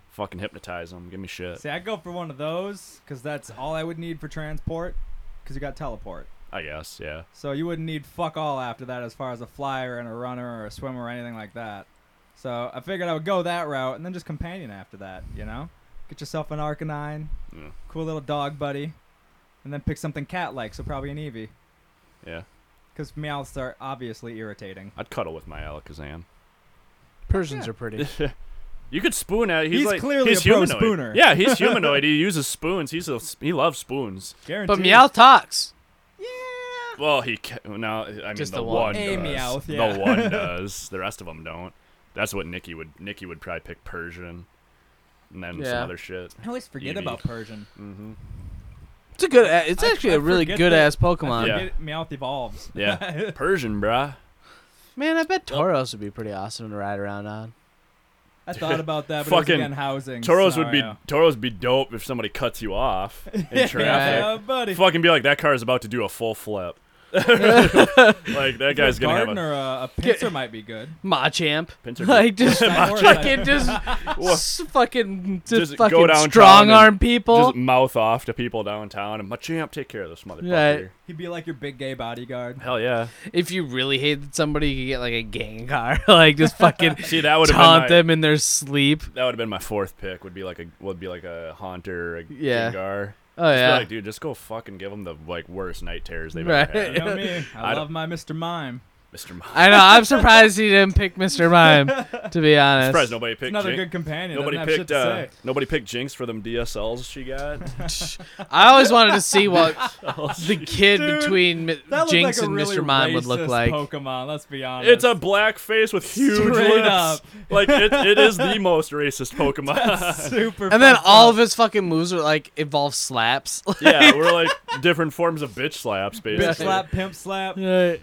A: Fucking hypnotize them, give me shit.
C: See, I go for one of those because that's all I would need for transport because you got teleport.
A: I guess, yeah.
C: So you wouldn't need fuck all after that as far as a flyer and a runner or a swimmer or anything like that. So I figured I would go that route and then just companion after that, you know? Get yourself an Arcanine,
A: Yeah.
C: cool little dog buddy, and then pick something cat like, so probably an Eevee.
A: Yeah,
C: Because Meowths are obviously irritating.
A: I'd cuddle with my Alakazam.
D: Persians are pretty.
A: You could spoon at. He's,
C: He's
A: like,
C: clearly
A: he's
C: a pro
A: humanoid.
C: spooner.
A: Yeah, he's humanoid. he uses spoons. He's a, he loves spoons.
C: Guaranteed.
D: But Meow talks.
A: Well, he ca- no, I mean
D: Just
A: the,
D: the one.
A: one.
C: A
A: does.
C: Meowth,
A: The
C: yeah.
A: one does. The rest of them don't. That's what Nikki would. Nikki would probably pick Persian, and then some
D: Yeah.
A: other shit.
C: I always forget
A: Eevee.
C: about Persian.
D: It's a good. a- It's
C: I-
D: actually
C: I
D: a really
C: forget
D: good
C: that-
D: ass Pokemon.
A: Yeah.
C: Forget Meowth evolves.
A: Yeah, Persian, bruh.
D: Man, I bet Tauros would be pretty awesome to ride around on.
C: I thought about that, but
A: Fucking
C: it was again housing.
A: Toros would be
C: scenario.
A: Toros would be dope if somebody cuts you off in traffic.
C: Yeah, buddy.
A: Fucking be like that car is about to do a full flip. like that guy's gonna have
C: Garden
A: a
C: or uh, a, a pincer might be good.
D: Machamp.
A: pincer.
D: Like just
C: Machamp.
D: fucking just,
A: Well,
D: s- fucking just,
A: just go
D: fucking
A: downtown
D: strong arm
A: and
D: people.
A: just mouth off to people downtown and my champ, take care of this motherfucker.
D: Right.
C: He'd be like your big gay bodyguard.
A: Hell yeah.
D: if you really hated somebody, you could get like a gang car, like just fucking
A: See that would have been
D: taunt
A: my,
D: them in their sleep.
A: that would have been my fourth pick. Would be like a would be like a haunter, a
D: Yeah.
A: Gengar.
D: Oh
A: Just be
D: yeah,
A: like, dude, just go fucking give them the like worst night terrors they've
D: Right.
A: ever
C: You know
A: had.
C: me. I,
A: I don't-
C: love my Mr. Mime.
A: Mr. Mime.
D: I know. I'm surprised he didn't pick Mr. Mime. To be honest,
A: surprised nobody picked
C: Another
A: Jin-
C: good companion.
A: Nobody
C: doesn't have
A: picked
C: shit to
A: uh,
C: say.
A: nobody picked Jinx for them DSLs she got.
D: I always wanted to see what the kid
C: Oh, Dude,
D: between M-
C: That looked
D: Jinx
C: like a
D: and
C: really
D: Mr. Mime would
C: racist
D: look like.
C: Pokemon. Let's be honest.
A: it's a black face with huge
C: Straight
A: lips.
C: up.
A: Like it, it is the most racist Pokemon.
C: super.
D: And then
C: fucked
D: all
C: up.
D: of his fucking moves were like involve slaps.
A: yeah, we're like different forms of bitch slaps basically.
C: bitch slap, pimp slap. Get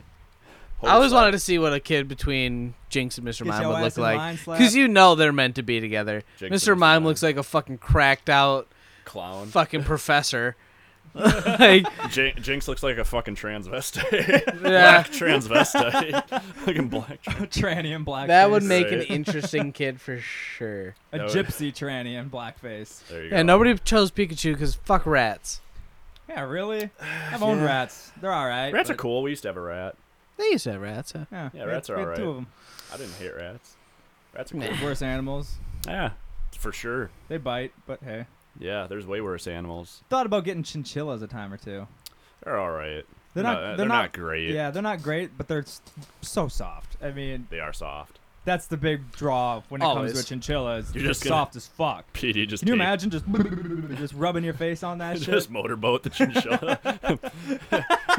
D: I
A: Whole
D: always
A: slap.
D: wanted to see what a kid between Jinx and Mr. Mime
C: your
D: would
C: ass
D: look
C: in line,
D: like,
C: slap.
D: because you know they're meant to be together.
A: Jinx
D: Mr.
A: and Mr.
D: Mime
A: Mime.
D: looks like a fucking cracked out
A: clown.
D: fucking professor. like,
A: Jin- Jinx looks like a fucking transvestite.
D: yeah,
A: transvestite. Fucking black. Trans-
C: tranny and blackface.
D: that would make an
A: Right.
D: interesting kid for sure.
C: a
A: that would-
C: gypsy tranny and blackface.
A: there you go.
D: Yeah, nobody chose Pikachu because fuck rats.
C: Yeah, really. I've owned rats. They're all right.
A: Rats are
C: but-
A: cool. We used to have a rat.
D: They used to have rats. Huh?
C: Yeah, we
A: Yeah,
C: had-
A: rats are
C: we
A: all
C: had
A: right.
C: Two of them.
A: I didn't hate rats. Rats are cool.
D: Nah.
C: Worse animals.
A: Yeah, for sure.
C: They bite, but hey.
A: Yeah, there's way worse animals.
C: Thought about getting chinchillas a time or two.
A: They're all right.
C: They're not- they're
A: uh, they're not,
C: not-
A: great.
C: Yeah, they're not great, but they're s- so soft. I mean,
A: They are soft.
C: that's the big draw when it comes
D: Always.
C: to a chinchilla. Is
A: You're
C: they're
A: just gonna-
C: soft as fuck.
A: PD just
C: Can you
A: take-
C: imagine just just rubbing your face on that shit?
A: just motorboat the chinchilla.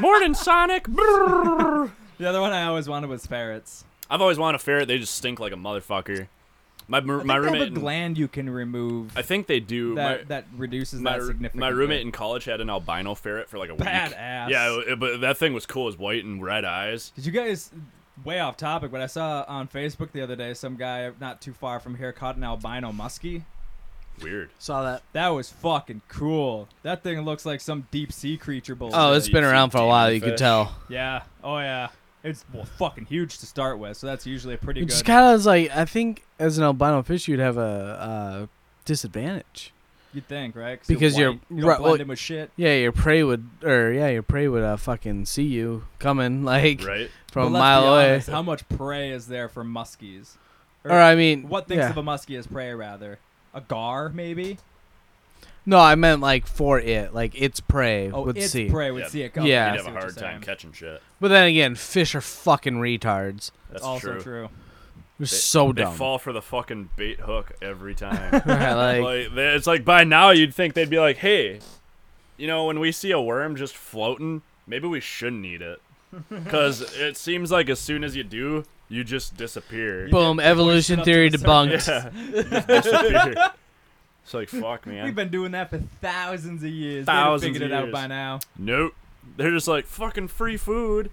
A: Morning, Sonic. Brrrr.
C: The other one I always wanted was ferrets.
A: I've always wanted a ferret. They just stink like a motherfucker. My mer- my
C: I think they
A: roommate.
C: have a
A: in-
C: gland you can remove
A: I think they do.
C: that
A: My-
C: that reduces
A: my,
C: that significantly.
A: my roommate in college had an albino ferret for like a week.
C: Badass.
A: Yeah, it- but that thing was cool as white and red eyes.
C: Did you guys? Way off topic, but I saw on Facebook the other day some guy not too far from here caught an albino muskie.
A: Weird.
D: Saw that.
C: That was fucking cool. That thing looks like some deep sea creature bullshit.
D: Oh,
A: Yeah,
D: it's
A: you
D: been
A: see
D: around for a while.
A: demon
D: You could
A: fish.
D: tell.
C: Yeah. Oh yeah. It's well fucking huge to start with, so that's usually a pretty
D: Which is
C: good.
D: kind of like I think as an albino fish you'd have a uh, disadvantage.
C: you'd think, right?
D: because
C: you're
D: you're-
C: white, you don't
D: right,
C: blend
D: well-
C: in with shit.
D: Yeah, your prey would, or yeah, your prey would uh, fucking see you coming like
A: Right?
D: from
C: But let's
D: a mile
C: be
D: away.
C: honest, how much prey is there for muskies?
D: Or I mean,
C: What thinks
D: yeah.
C: of a muskie as prey, rather? A gar, maybe?
D: No, I meant like for it, like its prey
C: Oh,
D: would
C: its
D: see.
C: prey would
A: Yeah.
C: see it
D: You'd
C: coming.
D: Yeah.
C: I
A: You'd
C: see
A: have a
C: what you're
A: hard time
C: saying.
A: catching shit.
D: But then again, fish are fucking retards.
A: That's
C: also
A: true.
C: true.
D: They're so
A: They
D: dumb.
A: fall for the fucking bait hook every time.
D: Right, like,
A: like they- it's like by now you'd think they'd be like, hey, you know, when we see a worm just floating, maybe we shouldn't eat it, because it seems like as soon as you do, you just disappear.
D: boom, evolution
C: up to
D: theory
C: the
D: debunked.
A: Yeah, you just disappear. It's like fuck, man.
C: We've been doing that for thousands of years. They'd have
A: Thousands
C: figured
A: of
C: it out
A: years.
C: by now.
A: Nope. They're just like fucking free food.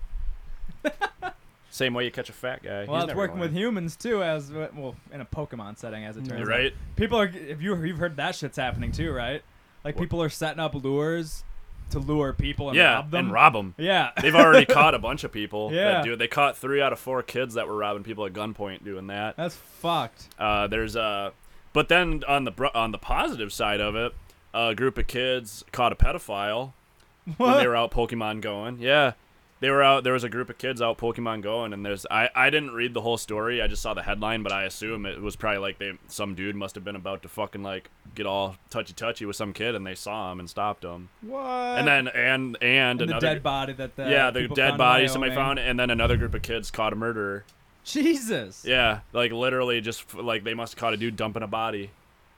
A: Same way you catch a fat guy.
C: Well,
A: He's
C: it's
A: never
C: working
A: gonna
C: with humans too, as well in a Pokemon setting,
D: Mm.
C: as it turns
A: win.
C: out.
A: Right?
C: People are if you you've heard that shit's happening too, right? Like people are setting up lures to lure people and
A: yeah,
C: rob them.
A: and rob them.
C: yeah,
A: They've already caught a bunch of people.
C: Yeah.
A: That do it. They caught three out of four kids that were robbing people at gunpoint doing that.
C: that's fucked.
A: Uh, there's uh, but then on the br- on the positive side of it, a group of kids caught a pedophile when they
C: What?
A: were out Pokemon going. Yeah, they were out. There was a group of kids out Pokemon going, and there's I I didn't read the whole story. I just saw the headline, but I assume it was probably like they some dude must have been about to fucking like get all touchy touchy with some kid, and they saw him and stopped him.
C: What?
A: And then and and,
C: And the
A: another.
C: dead body that the
A: yeah, the
C: people
A: dead
C: found in
A: body somebody
C: Wyoming.
A: found, and then another group of kids caught a murderer.
C: Jesus.
A: Yeah, like literally, just f- like they must have caught a dude dumping a body.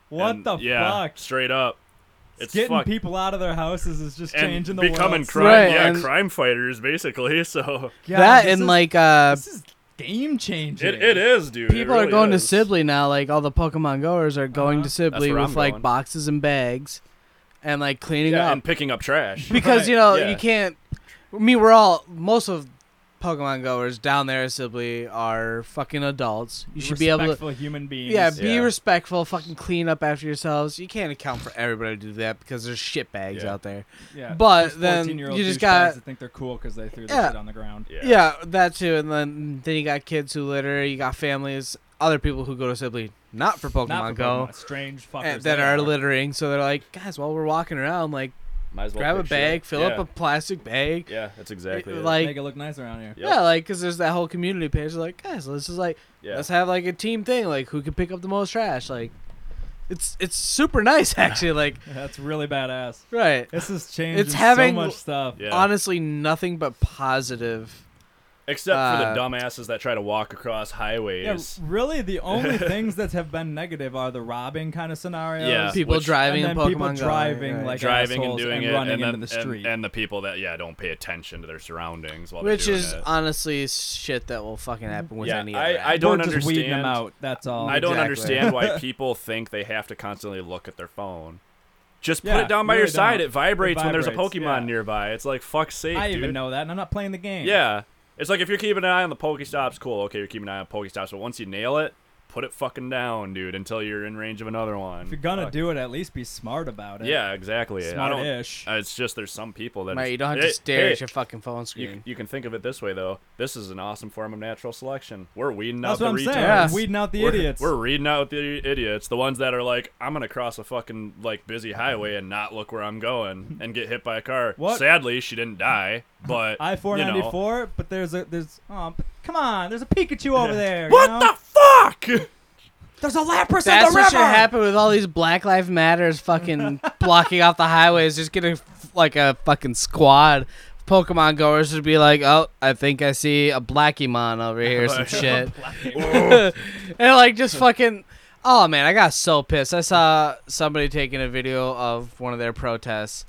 C: What
A: And,
C: the
A: yeah,
C: fuck?
A: Straight up, it's
C: Getting
A: fucked.
C: people out of their houses is just
A: and
C: changing the
A: becoming
C: world.
A: crime,
D: Right,
A: yeah,
D: and-
A: crime fighters basically. So
C: God,
D: that
C: this
D: and
C: is-
D: like uh,
C: this is game changing.
A: it, it is, dude. It
D: people are
A: really
D: going
A: is.
D: to Sibley now. Like all the Pokemon goers are going
C: Uh-huh.
D: to Sibley
A: where
D: with
A: I'm
D: like
A: going.
D: boxes and bags, and like cleaning
A: yeah,
D: up
A: and picking up trash.
D: because
C: Right,
D: you know
A: yeah.
D: you can't. I mean, we're all most of Pokemon goers down there at Sibley are fucking adults. You should be able to.
C: Respectful human beings.
D: Yeah, be
A: Yeah.
D: respectful. Fucking clean up after yourselves. You can't account for everybody to do that because there's shit bags
A: Yeah.
D: out there.
C: Yeah,
D: But
C: there's
D: then
C: 14-year-old
D: you just
C: douchebags
D: got-
C: that think they're cool because they threw
D: Yeah.
C: the shit on the ground.
A: yeah.
D: Yeah, that too. And then then you got kids who litter. You got families, other people who go to Sibley not for Pokemon
C: Not for
D: Go
C: Pokemon, strange fuckers
D: Oh and, that
C: they
D: are littering. So they're like, guys, while we're walking around, like
A: Might as well
D: grab a
A: pick shit
D: bag, fill up
A: Yeah.
D: a plastic bag.
A: Yeah, that's exactly it.
D: like
C: Make it look nice around here.
A: Yep.
D: yeah, like because there's that whole community page. Like guys, let's just like
A: yeah.
D: let's have like a team thing. Like who can pick up the most trash? Like it's it's super nice actually. Like
C: Yeah, That's really badass.
D: right.
C: This is changing
D: It's having-
C: so much stuff.
A: Yeah.
D: Honestly, nothing but positive.
A: Except for
D: uh,
A: the dumbasses that try to walk across
C: Yeah,
A: highways.
C: really, the only things that have been negative are the robbing kind of scenarios.
A: Yeah.
D: People
A: Which-
D: driving
C: and
D: and
C: then
D: Pokemon
C: people
D: Go,
C: driving,
D: right.
C: like,
A: driving and
C: assholes
A: doing
C: and
A: it,
C: running
A: and then,
C: into the
A: and-
C: street.
A: And, the people that yeah don't pay attention to their surroundings while
D: which
A: they're
D: is
A: doing it.
D: honestly shit that will fucking happen with
A: yeah,
D: any. other
A: I, I
D: app.
A: don't
C: We're just
A: understand.
C: weeding them out. That's all.
A: I don't
D: Exactly.
A: understand why people think they have to constantly look at their phone. Just put
C: Yeah,
A: it down by
C: really
A: your side.
C: don't.
A: It vibrates,
C: It
A: when there's a
C: vibrates,
A: Pokemon
C: yeah.
A: nearby. It's like fuck's sake,
C: I
A: dude.
C: even know that, and I'm not playing the game.
A: Yeah, it's like if you're keeping an eye on the Pokestops, cool. Okay, you're keeping an eye on Pokestops, but once you nail it, put it fucking down, dude, until you're in range of another one.
C: If you're gonna
A: Fuck.
C: do it, at least be smart about it.
A: yeah, exactly. I don't.
C: Smart-ish.
A: uh, It's just there's some people that
D: Right,
A: it's-
D: you don't have to
A: Hey,
D: stare
A: hey,
D: at your fucking phone
A: you,
D: screen.
A: c- you can think of it this way though. This is an awesome form of natural selection. We're weeding
C: That's
A: out
C: what I'm
A: the
C: saying.
A: retards.
D: Yes.
C: Weeding out the
A: we're,
C: idiots.
A: We're reading out the idiots, the ones that are like, I'm gonna cross a fucking like busy highway and not look where I'm going and get hit by a car.
C: What?
A: Sadly, she didn't die, but
C: I four ninety
A: You know,
C: four, but there's a there's oh, p- come on, there's a Pikachu over there.
A: what
C: you know?
A: the fuck?
C: There's a Lapras
D: That's
C: in the
D: what should
C: river.
D: happen with all these Black Lives Matters fucking blocking off the highways. Just get a f like a fucking squad. of Pokemon goers would be like, oh, I think I see a Blackimon over here or some shit. and like just fucking. Oh man, I got so pissed. I saw somebody taking a video of one of their protests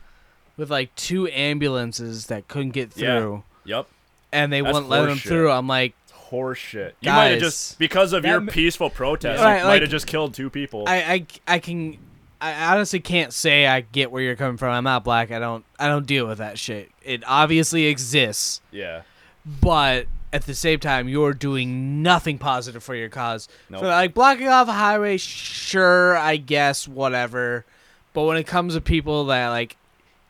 D: with like two ambulances that couldn't get
A: Yeah.
D: through,
A: Yep,
D: and they
A: That's
D: wouldn't let them
A: horseshit.
D: through. I'm like,
A: it's horseshit. You might have
D: Guys.
A: just because of
C: That
A: your
C: ma-
A: peaceful protest,
D: Right,
A: you
D: like-
A: might have just killed two people.
D: I, I, I can I honestly can't say I get where you're coming from. I'm not black. I don't I don't deal with that shit. It obviously exists,
A: yeah,
D: but at the same time, you're doing nothing positive for your cause.
A: Nope.
D: So like blocking off a highway, sure, I guess whatever. But when it comes to people that like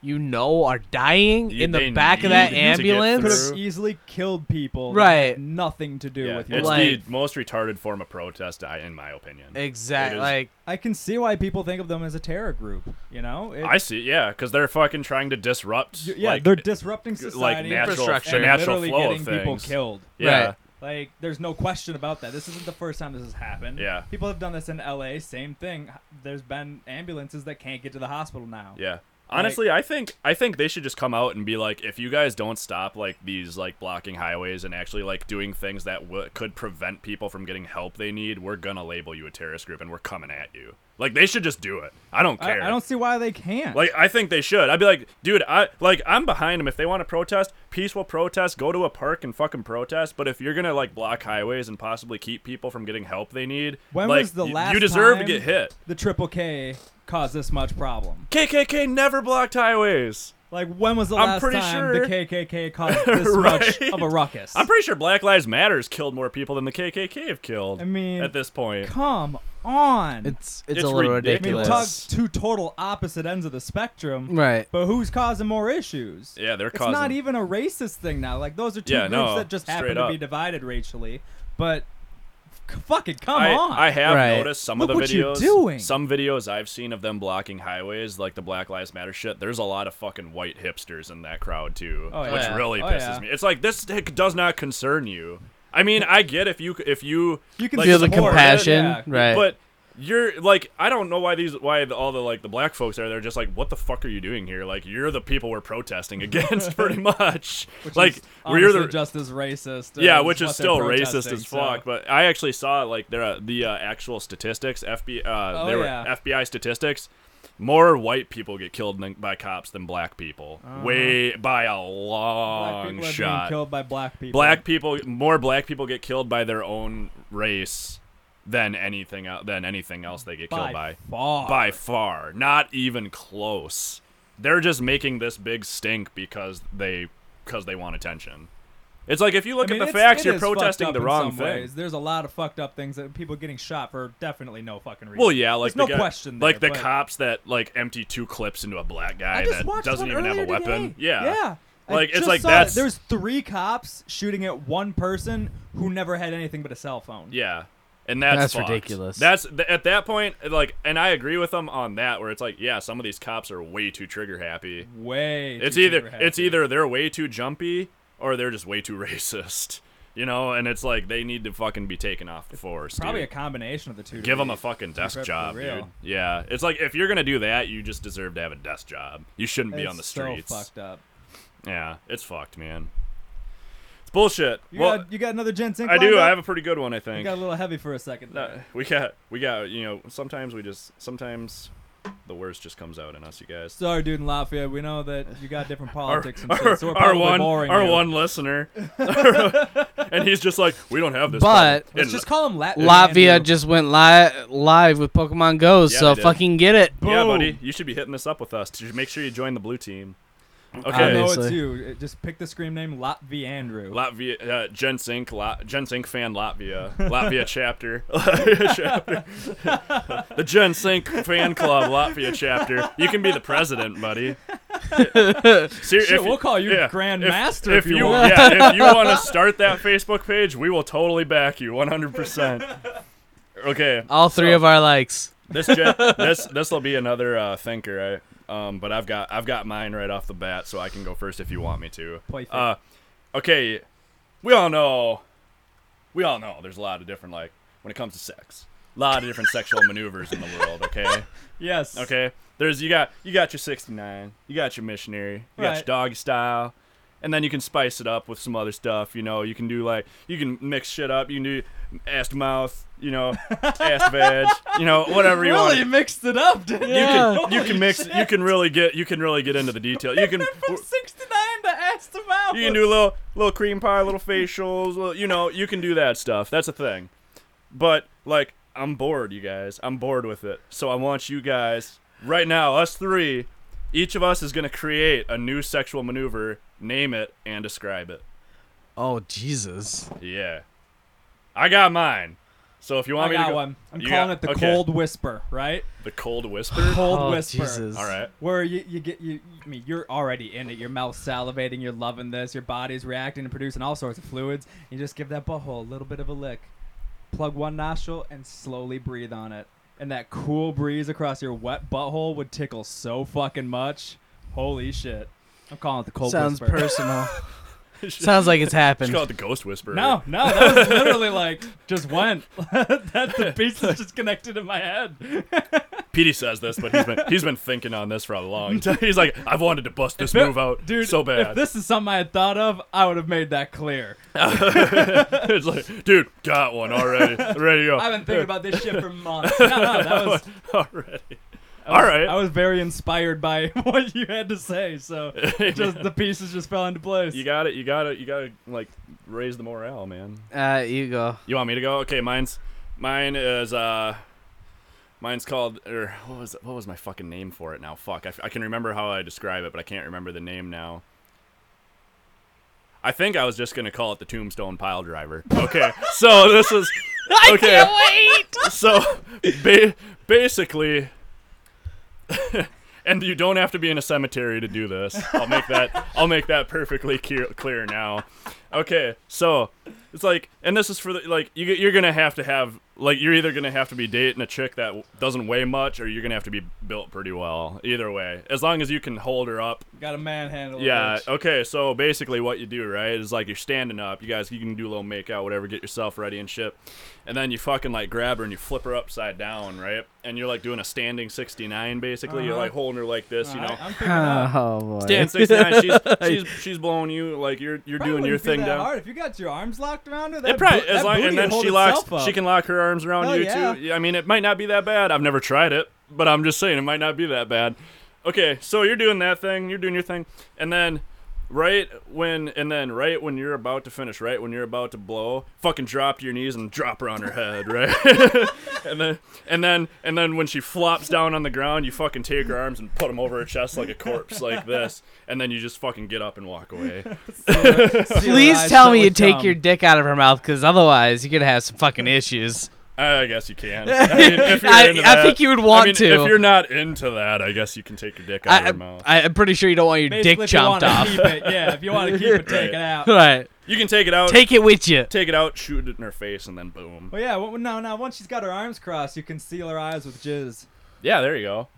D: you know are dying
A: You-
D: in
A: they
D: the back of that
A: need to get
C: Could
D: ambulance,
A: through.
C: have easily killed people. that
D: Right.
C: had Nothing to do
A: yeah.
C: with
A: It's
C: your
D: Like-
A: the most retarded form of protest, I- in my opinion.
D: exactly
A: It is-
D: like
C: I can see why people think of them as a terror group. You know, It-
A: I see, yeah, because they're fucking trying to disrupt.
C: y- yeah,
A: like,
C: they're disrupting society,
A: natural-
D: infrastructure.
C: and
A: the natural
C: literally
A: flow of
C: getting people
A: things.
C: killed.
A: yeah,
D: Right.
C: Like, there's no question about that. This isn't the first time this has happened.
A: Yeah.
C: people have done this in L.A. Same thing. There's been ambulances that can't get to the hospital now.
A: Yeah. Honestly, I think I think they should just come out and be like, if you guys don't stop like these like blocking highways and actually like doing things that w- could prevent people from getting help they need, we're gonna label you a terrorist group and we're coming at you. Like they should just do it. I don't
C: I,
A: care.
C: I don't see why they can't.
A: Like I think they should. I'd be like, dude, I like I'm behind them. If they want to protest, peaceful protest, go to a park and fucking protest. But if you're gonna like block highways and possibly keep people from getting help they need,
C: when
A: like,
C: was the
A: you-
C: last
A: you deserve
C: time
A: to get hit?
C: The triple K caused this much problem.
A: KKK never blocked highways.
C: Like when was the
A: I'm
C: last
A: pretty
C: time
A: sure-
C: the KKK caused this much
A: Right.
C: of a ruckus?
A: I'm pretty sure Black Lives Matters killed more people than the KKK have killed.
C: I mean,
A: at this point,
C: Come on.
D: It's it's,
A: It's
D: a little
C: I mean,
A: ridiculous.
D: ridiculous.
C: tug two total opposite ends of the spectrum.
D: Right.
C: But who's causing more issues?
A: yeah, they're
C: it's
A: causing.
C: not even a racist thing now. Like those are two
A: Yeah,
C: groups
A: no,
C: that just happen
A: straight
C: to be
A: up.
C: divided racially. But c- fucking come
A: I,
C: on.
A: I have
D: Right.
A: noticed some
C: Look
A: of the
C: what you're
A: videos.
C: doing.
A: Some videos I've seen of them blocking highways, like the Black Lives Matter shit. There's a lot of fucking white hipsters in that crowd too,
C: Oh,
A: which
D: yeah.
A: really
C: Oh,
A: pisses
C: yeah.
A: me. It's like this dick does not concern you. I mean, I get if you if you
C: you can
A: like,
D: Feel the
A: support it,
D: compassion.
C: yeah.
D: Right.
A: but you're like I don't know why these why the, all the like the black folks are there just like what the fuck are you doing here like you're the people we're protesting against pretty much
C: Which
A: like
C: is
A: we're
C: honestly
A: the
C: just as racist.
A: yeah,
C: as
A: which is
C: what they're
A: still racist
C: protesting,
A: as
C: so-
A: fuck. But I actually saw like there are the uh, actual statistics. FBI, uh,
C: Oh,
A: there
C: yeah.
A: were FBI statistics. More white people get killed than, by cops than black people. Way by a
C: Black
A: long
C: Uh-huh. people are being
A: shot.
C: killed by black people.
A: Black people, more black people get killed by their own race than anything el- than anything else they get
C: by
A: killed by.
C: far.
A: By far, not even close. They're just making this big stink because they because they want attention. It's like if you look
C: I mean,
A: at the
C: it's-
A: facts,
C: it
A: you're
C: is fucked
A: protesting
C: up
A: the
C: in
A: wrong
C: some
A: thing.
C: ways. There's a lot of fucked up things that people getting shot for definitely no fucking reason.
A: Well, yeah, like
C: There's
A: the
C: no
A: guy-
C: question.
A: like
C: there,
A: the
C: but-
A: cops that like empty two clips into a black guy
C: I just
A: that
C: watched
A: doesn't
C: one
A: even have a
C: earlier
A: weapon.
C: today.
A: Yeah,
C: Yeah. I
A: Like, it's
C: just
A: like
C: saw
A: that's-
C: It. There's three cops shooting at one person who never had anything but a cell phone.
A: yeah, and that's,
D: That's
A: fucked.
D: ridiculous.
A: That's th- at that point, like, and I agree with them on that. Where it's like, yeah, some of these cops are way too trigger happy.
C: Way.
A: It's
C: too
A: either
C: super
A: it's
C: happy.
A: either they're way too jumpy or they're just way too racist. You know, and it's like they need to fucking be taken off the force.
C: probably a
A: dude.
C: combination of the two. to
A: Give them
C: me.
A: a fucking desk
C: perfectly
A: job,
C: real.
A: dude. Yeah, it's like if you're gonna do that, you just deserve to have a desk job. You shouldn't be
C: it's
A: on the streets.
C: So fucked up.
A: Yeah, it's fucked, man. It's bullshit.
C: You,
A: well,
C: got, you got another ginseng.
A: I do.
C: lined
A: I
C: up?
A: have a pretty good one, I
C: You
A: think.
C: got a little heavy for a second.
A: No,
C: there.
A: we got, we got. You know, sometimes we just, sometimes the worst just comes out in us, you guys.
C: Sorry, dude in Lafayette. We know that you got different
A: Our,
C: politics and
A: our,
C: shit, so we're
A: our
C: probably
A: one,
C: boring.
A: our
C: you.
A: one listener, and he's just like, we don't have this.
D: But-
A: problem."
C: Let's
A: And-
C: just call him Latvia.
D: Latvia just went li- live with Pokemon Go,
A: Yeah,
D: so
A: they did.
D: fucking get it.
A: yeah,
C: boom.
A: buddy, you should be hitting this up with us. Just Make sure you join the blue team.
C: I know
A: Okay,
C: it's
D: Obviously.
C: you. It- Just pick the scream name Latvia Andrew.
A: Latvia, uh, Gensink, La- Gensink fan Latvia, Latvia chapter, Latvia chapter, the Gensink fan club Latvia chapter. You can be the president, buddy. Ser-
C: Shit, we'll call you
A: yeah,
C: Grand
A: if-
C: Master
A: if,
C: if you want.
A: Yeah, if you want to start that Facebook page, we will totally back you 100%. Okay,
D: All three of our likes.
A: this gen- this this will be another uh, thinker, right? Um, but I've got I've got mine right off the bat, so I can go first if you want me to.
C: Perfect.
A: Uh, okay, we all know, we all know. There's a lot of different like when it comes to sex, a lot of different sexual maneuvers in the world. Okay,
C: Yes.
A: okay. There's you got you got your 69, you got your missionary, you got your
C: Right.
A: doggy style. And then you can spice it up with some other stuff, you know. You can do like you can mix shit up. You can do ass to mouth, you know, ass veg, you know, whatever you want.
C: Really mixed it up, didn't
A: You
C: you?
A: can you can mix you can really get you can really get into the detail. You can
C: From 69 to ass to mouth.
A: you can do a little little cream pie, little facials, little, you know, you can do that stuff. That's a thing. But like I'm bored, you guys. I'm bored with it. So I want you guys right now, us three, each of us is going to create a new sexual maneuver, name it and describe it.
D: Oh Jesus!
A: Yeah. I got mine. So if you
C: I
A: want me to
C: got
A: go,
C: one. I'm
A: You
C: calling
A: got-
C: it the
A: okay.
C: cold whisper, right?
A: the cold whisper.
C: Cold
D: Oh
C: whisper.
D: Jesus!
A: All right.
C: Where you, you get you, I mean, you're already in it. Your mouth's salivating. You're loving this. Your body's reacting and producing all sorts of fluids. You just give that butthole a little bit of a lick. Plug one nostril and slowly breathe on it. And that cool breeze across your wet butthole would tickle so fucking much. Holy shit! I'm calling it the cold
D: Sounds
C: whisper.
D: personal. Sounds like it's
A: Just
D: happened.
A: call it the ghost whisperer.
C: No, no, that was literally like just went. That's the piece that's just connected in my head.
A: Petey says this, but he's been he's been thinking on this for a long time. He's like, I've wanted to bust this move out
C: dude.
A: so
C: If
A: bad.
C: this is something I had thought of, I would have made that clear.
A: it's like, dude, got one already. Ready to go.
C: I've been thinking about this shit for months. No, no, that was,
A: already. All right.
C: I was very inspired by what you had to say, so just the pieces just fell into place.
A: you got it. You got it. You got to like raise the morale, man.
D: Uh, you go.
A: You want me to go? Okay, mine's mine is uh mine's called or what was what was my fucking name for it now? Fuck, I, f- I can remember how I describe it, but I can't remember the name now. I think I was just gonna call it the Tombstone Pile Driver. Okay, so this is okay. So ba- basically, and you don't have to be in a cemetery to do this. I'll make that I'll make that perfectly clear, clear now. Okay, so it's like, and this is for the like you you're gonna have to have like you're either gonna have to be dating a chick that doesn't weigh much, or you're gonna have to be built pretty well. Either way, as long as you can hold her up
C: got a manhandle.
A: yeah. oh,
C: bitch.
A: Okay. So basically, what you do, right, is like you're standing up. You guys, you can do a little make out, whatever. Get yourself ready and shit. And then you fucking like grab her and you flip her upside down, right? And you're like doing a standing 69, basically. You're
C: Uh-huh.
A: like holding her like this, you
C: All
A: know.
C: right, I'm figuring it out.
D: Oh boy.
A: Stand 69. She's, she's she's blowing you like you're you're
C: Probably
A: doing your
C: wouldn't be
A: thing
C: that
A: down.
C: Hard. If you got your arms locked around her, that
A: It probably
C: bo-
A: as
C: that
A: long,
C: booty
A: and then
C: hold
A: she locks.
C: itself up.
A: She can lock her arms around
C: Hell
A: you
C: yeah.
A: too. Yeah, I mean, it might not be that bad. I've never tried it, but I'm just saying it might not be that bad. Okay, so you're doing that thing. You're doing your thing, and then right when and then right when you're about to finish, right when you're about to blow, fucking drop to your knees and drop her on her head, right? and then and then and then when she flops down on the ground, you fucking take her arms and put them over her chest like a corpse, like this, and then you just fucking get up and walk away.
D: Please tell me you take your
C: dick.
D: dick out of her mouth, because otherwise you're gonna have some fucking issues.
A: I guess you can. I, mean, if you're
D: I-
A: into
D: I
A: that-
D: think you would want
A: I mean,
D: to.
A: If you're not into that, I guess you can take your dick out of
D: I,
A: your mouth.
D: I, I'm pretty sure you don't want your
C: Basically,
D: dick
C: if you
D: chomped
C: wanna
D: off.
C: Keep it, yeah, if you want to keep it, take it out.
D: right.
A: you can take it out.
D: Take it with you.
A: take it out. Shoot it in her face, and then boom.
C: Well, yeah. Well, no, no. Once she's got her arms crossed, you can seal her eyes with jizz
A: Yeah, there you go.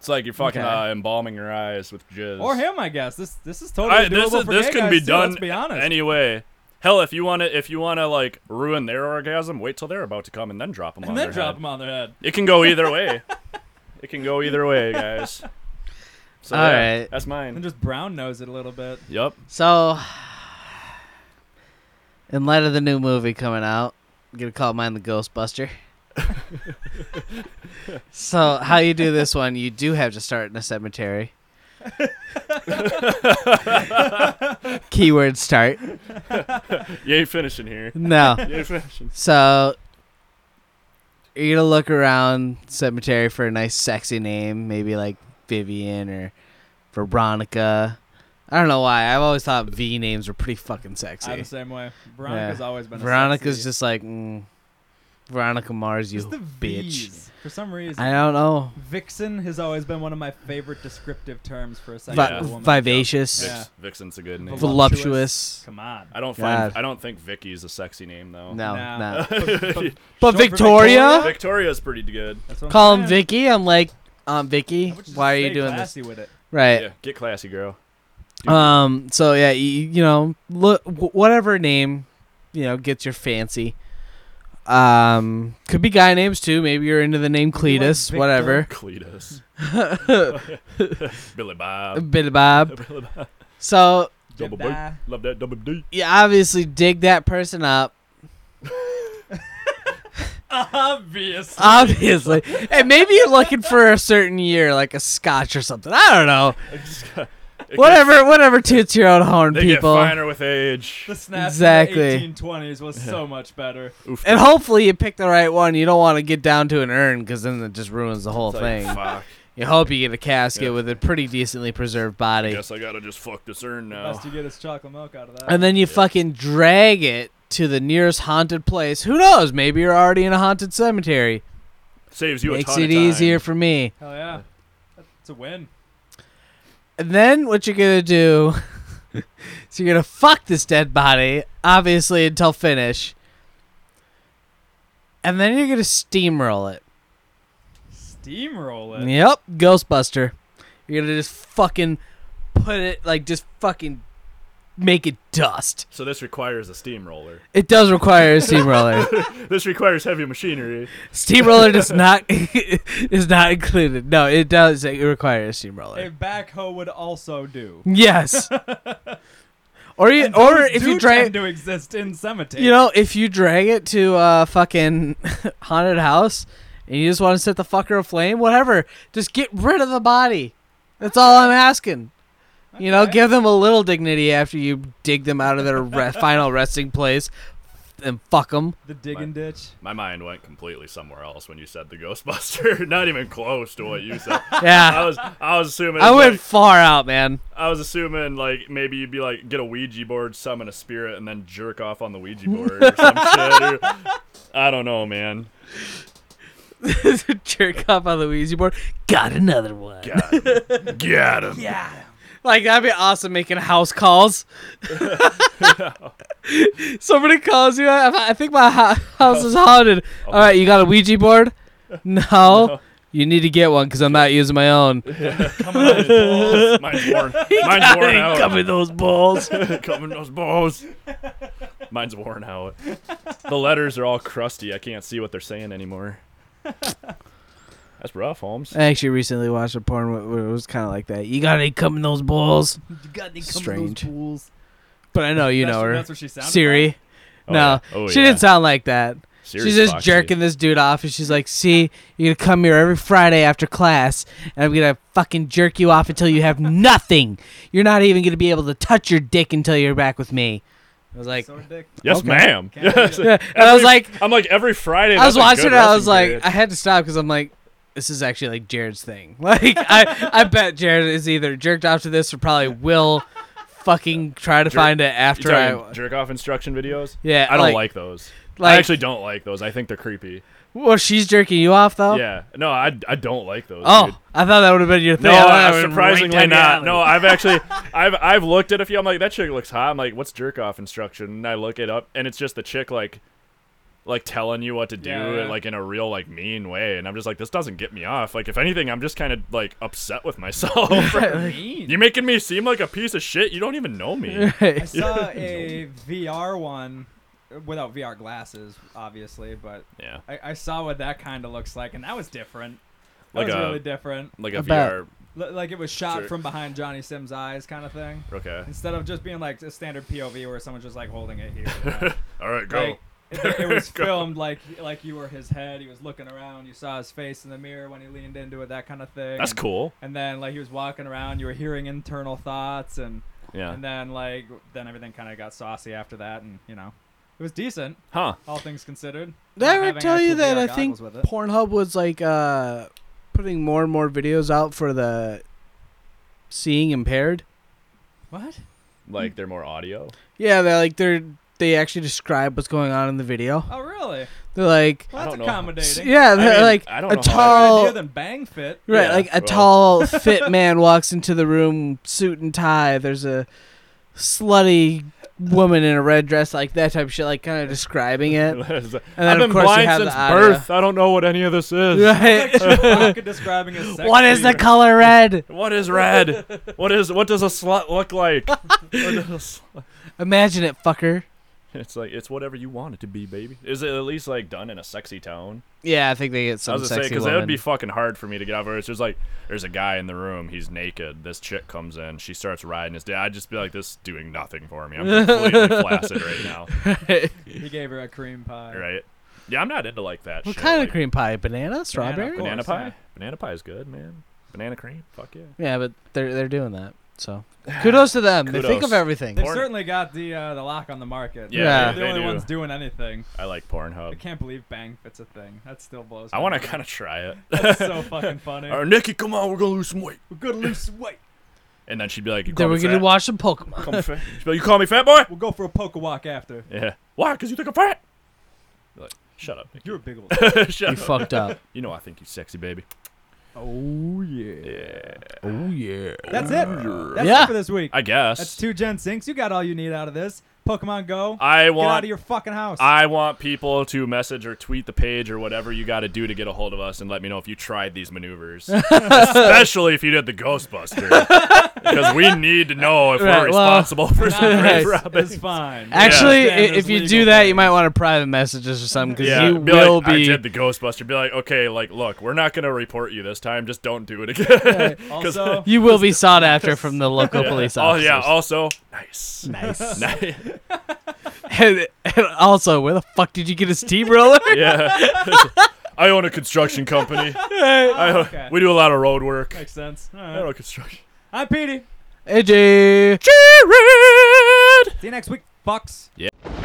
A: It's like you're fucking
D: Okay.
A: uh, embalming your eyes with jizz.
C: or him, I guess. This this is totally
A: I,
C: doable
A: this is,
C: for
A: this
C: gay
A: can
C: guys
A: be
C: too,
A: done
C: Let's be honest.
A: anyway. Hell, if you wanna if you wanna like ruin their orgasm, wait till they're about to come and then drop them. on
C: and then
A: their
C: drop
A: head.
C: them on their head.
A: It can go either way. it can go either way, guys. So,
D: All
A: yeah,
D: right.
A: that's
C: And
A: mine.
C: just brown nose it a little bit.
A: Yep.
D: So, in light of the new movie coming out, I'm gonna call mine the Ghostbuster. so, how you do this one? You do have to start in a cemetery. Keyword start.
A: You ain't finishing here.
D: No.
A: You ain't finishing.
D: So you're gonna look around cemetery for a nice sexy name, maybe like Vivian or Veronica. I don't know why. I've always thought V names were pretty fucking
C: I'm
D: sexy.
C: the same way. Veronica's always been. a
D: Veronica's
C: sexy-
D: just like mm, Veronica Mars, you
C: Just the
D: bitch.
C: V's, for some reason.
D: I don't know.
C: Vixen has always been one of my favorite descriptive terms for a
D: Vi-
C: sexual
A: Yeah.
C: woman.
D: Vivacious,
A: Vix,
C: Yeah.
A: Vixen's a good name.
C: Vol-
D: voluptuous.
C: Come on.
A: I don't
D: God.
A: find. I don't think Vicky's a sexy name though.
D: No,
C: Nah.
D: no.
C: But- but-
D: But
C: Short for
D: Victoria,
A: Victoria's pretty good.
C: That's what I'm
D: call him
C: saying.
D: Vicky. I'm like, um, Vicky,
C: I would just
D: why are you
C: stay
D: doing this?
C: classy With it.
D: Right.
A: Yeah, get classy, girl. Dude.
D: Um. So yeah, you, you know, look, whatever name, you know, gets your fancy. Um, could be guy names too. Maybe you're into the name
C: Could be like
D: Cletus,
C: Victor.
D: whatever.
A: Cletus. Billy Bob.
D: Bit of Bob.
A: Billy Bob.
D: So
A: Double B.
C: Goodbye.
A: Love that double D.
D: you obviously dig that person up,
C: Obviously.
D: obviously, and maybe you're looking for a certain year, like a Scotch or something. I don't know.
A: It
D: Whatever, whatever toots your own horn,
A: Gets, they
D: people.
A: get finer with age.
C: The snap
D: Exactly.
C: in the 1820s was so much better.
A: Oof.
D: And hopefully you pick the right one. You don't want to get down to an urn because then it just ruins the whole
A: It's like,
D: thing.
A: Fuck.
D: You hope you get a casket
A: Yeah.
D: with a pretty decently preserved body.
A: Guess I gotta just fuck this urn now.
C: Best you get is chocolate milk out of that.
D: Oh. And then you fucking drag it to the nearest haunted place. Who knows? Maybe you're already in a haunted cemetery.
A: Saves you a
D: Makes
A: ton
D: it
A: of time.
D: easier for me.
C: Hell yeah. It's a win.
D: And then what you're gonna do is you're gonna fuck this dead body, obviously until finish. And then you're gonna steamroll it.
C: Steamroll it.
D: Yep, Ghostbuster. You're gonna just fucking put it like just fucking make it dust.
A: So this requires a steamroller.
D: It does require a steamroller.
A: This requires heavy machinery.
D: steamroller does not is not included. No, it does it requires a steamroller.
C: A backhoe would also do.
D: yes. or you,
C: And
D: or
C: those
D: if
C: do
D: you drag
C: tend to exist in cemeteries.
D: you know, if you drag it to a fucking haunted house and you just want to set the fucker aflame, whatever, just get rid of the body. That's all I'm asking. You know,
C: Okay.
D: give them a little dignity after you dig them out of their re- final resting place and fuck them.
C: the digging ditch.
A: My mind went completely somewhere else when you said the Ghostbuster. Not even close to what you said. I
D: Yeah.
A: was I was assuming
D: I
A: it's
D: went
A: like-
D: far out, man.
A: I was assuming like maybe you'd be like get a Ouija board, summon a spirit, and then jerk off on the Ouija board or some shit. Or, I don't know, man.
D: Jerk off on the Ouija board. Got another one.
A: Got him. Got him.
C: Yeah.
D: Like that'd be awesome making house calls. Somebody calls you. I, I think my ho- house is haunted. All right, you got a Ouija board? No, you need to get one because I'm not using my own.
A: Mine's worn. Mine's worn out.
D: Cover those balls.
A: Coming those balls. Mine's worn out. The letters are all crusty. I can't see what they're saying anymore. That's rough, Holmes.
D: I actually recently watched a porn where- where it was kind of like that. You got any coming those balls?
C: You got any
D: Strange.
C: Strange. Those pools?
D: But I know you
C: that's,
D: know her,
C: That's what she sounded
D: Siri.
C: like.
A: Oh,
D: no,
A: yeah. Oh,
D: she
A: yeah.
D: didn't sound like that.
A: Siri's
D: she's just
A: foxy.
D: jerking this dude off, and she's like, "See, you're gonna come here every Friday after class, and I'm gonna fucking jerk you off until you have nothing. You're not even gonna be able to touch your dick until you're back with me." I was like,
C: so ridic-
A: Yes,
D: Okay.
A: ma'am.
C: Can't do that.
D: and I was like,
A: I'm like every Friday.
D: I was
A: that's a
D: watching
A: good
D: it, I was
A: resting
D: like,
A: period.
D: I had to stop because I'm like, this is actually like Jared's thing. Like, I, I bet Jared is either jerked off to this or probably will fucking try to find it
A: You
D: after
A: talking
D: I.
A: jerk off instruction videos.
D: Yeah,
A: I don't like,
D: like-
A: those. I
D: like-
A: actually don't like those. I think they're creepy.
D: Well, she's jerking you off though.
A: Yeah. No, I, I don't like those.
D: Oh,
A: dude.
D: I thought that would have been your
A: No,
D: thing. I thought that
A: uh,
D: would've been right
A: surprisingly
D: down your
A: not.
D: alley.
A: No, I've actually, I've I've looked at a few. I'm like, that chick looks hot. I'm like, what's jerk off instruction? And I look it up, and it's just the chick like, like telling you what to do,
C: Yeah, yeah.
A: like in a real like mean way. And I'm just like, this doesn't get me off. Like, if anything, I'm just kind of like upset with myself.
C: Mean.
A: You're making me seem like a piece of shit. You don't even know me.
C: I saw a VR one uh, without VR glasses, obviously, but
A: Yeah,
C: I, I saw what that kind of looks like, and that was different. That
A: Like
C: was
A: a-
C: really different.
A: like a
D: About-
A: VR.
C: L- like it was shot
A: Sure.
C: from behind Johnny Sims' eyes, kind of thing.
A: Okay.
C: Instead of just being like a standard POV where someone's just like holding it here. you know?
A: All right, go.
C: Like, it, it was
A: Go.
C: filmed like like you were his head. He was looking around. You saw his face in the mirror when he leaned into it. That kind of thing.
A: That's
C: and,
A: cool.
C: And then like he was walking around. You were hearing internal thoughts, and
A: Yeah.
C: and then like then everything kind of got saucy after that, and you know, it was decent,
A: Huh.
C: all things considered.
D: Did I ever
C: Having
D: tell you
C: actual
D: that
C: VR
D: I think
C: goggles with it.
D: Pornhub was like uh, putting more and more videos out for the seeing impaired?
C: What?
A: Like they're more audio.
D: Yeah, they're like they're they actually describe what's going on in the video.
C: Oh really?
D: They're like,
A: I
C: Well, that's
A: don't know.
D: s-
C: accommodating.
D: yeah, they're
A: mean,
D: like
A: I don't
D: a
A: know how I-
D: tall.
C: Idea than Bang Fit.
D: Right,
A: Yeah,
D: like a
A: well.
D: tall, fit man walks into the room, suit and tie. There's a slutty woman in a red dress, like that type of shit, like kind of describing it.
A: I've
D: of
A: been
D: course you
A: blind
D: have the
A: since
D: audio.
A: birth. I don't know what any of this is.
D: Right.
C: Fucking describing a sex
D: what is the
C: scene.
D: color red?
A: What is red? what is what does a slut look like? What does a slut-
D: Imagine it, fucker.
A: It's like it's whatever you want it to be, baby. Is it at least like done in a sexy tone?
D: Yeah, I think they get some
A: I was gonna say
D: sexy
A: because it
D: woman.
A: would be fucking hard for me to get over. It's just like there's a guy in the room, he's naked. This chick comes in, she starts riding his dick. I'd just be like, this is doing nothing for me. I'm completely flaccid right now,
C: He gave her a cream pie.
A: right? Yeah, I'm not into like that.
D: what
A: shit.
D: kind
A: like,
D: of cream pie? Banana, strawberry?
C: cool.
A: Banana
C: Of course,
A: pie.
C: yeah.
A: Banana pie is good, man. Banana cream. Fuck yeah.
D: Yeah, but they're they're doing that. So kudos to them. They think
A: Kudos.
D: of everything.
C: They've
A: Porn-
C: certainly got the uh, the lock on the market.
A: Yeah,
D: Yeah.
C: They're the
A: they
C: only
A: do.
C: ones doing anything.
A: I like
C: I
A: Pornhub.
C: can't believe Bang Fit's a thing. That still blows.
A: I
C: my
A: want to
C: mind.
A: kind of try it.
C: That's so fucking funny.
A: All right, Nikki, come on, we're gonna lose some weight.
C: We're gonna lose some weight.
A: And then she'd be like, "You call
D: Then we're
A: me
D: gonna
A: fat?
D: watch some Pokemon.
A: Call me fat? She'd be like, you call me fat boy?
C: We'll go for a poker walk after.
A: Yeah. Why? Because you think I'm fat? Be Like, shut up. Nikki.
C: You're a big old.
A: shut
D: You
A: up.
D: fucked up.
A: You know I think you sexy, baby.
C: oh yeah.
A: Yeah.
D: Oh yeah.
C: That's it. That's
D: Yeah.
C: it for this week.
A: I guess.
C: That's two Gen Sinks. You got all you need out of this. Pokemon Go.
A: I
C: Get out
A: want.
C: of your fucking house.
A: I want people to message or tweet the page or whatever you got to do to get a hold of us and let me know if you tried these maneuvers, especially if you did the Ghostbuster. because we need to know if
D: Right,
A: we're
D: well,
A: responsible for some
D: Right.
A: grave
D: It's
A: robbing.
C: It's fine.
D: Actually,
C: Yeah.
D: i if you do that, you might want to private message us or something because
A: Yeah,
D: you
A: be
D: will
A: like, I
D: be.
A: did the Ghostbuster. Be like, okay, like, look, we're not gonna report you this time. Just don't do it again. 'Cause-
C: Also,
D: you will be sought after from the local police
A: Oh
D: officers.
A: yeah. Also, nice.
D: nice.
A: Nice.
D: and, and also, where the fuck did you get his T roller?
A: yeah. I own a construction company. I,
C: okay.
A: We do a lot of road work.
C: makes sense. All
A: I
C: right.
A: own construction.
C: I'm Petey.
D: AJ.
A: Jared.
C: See you next week, fucks.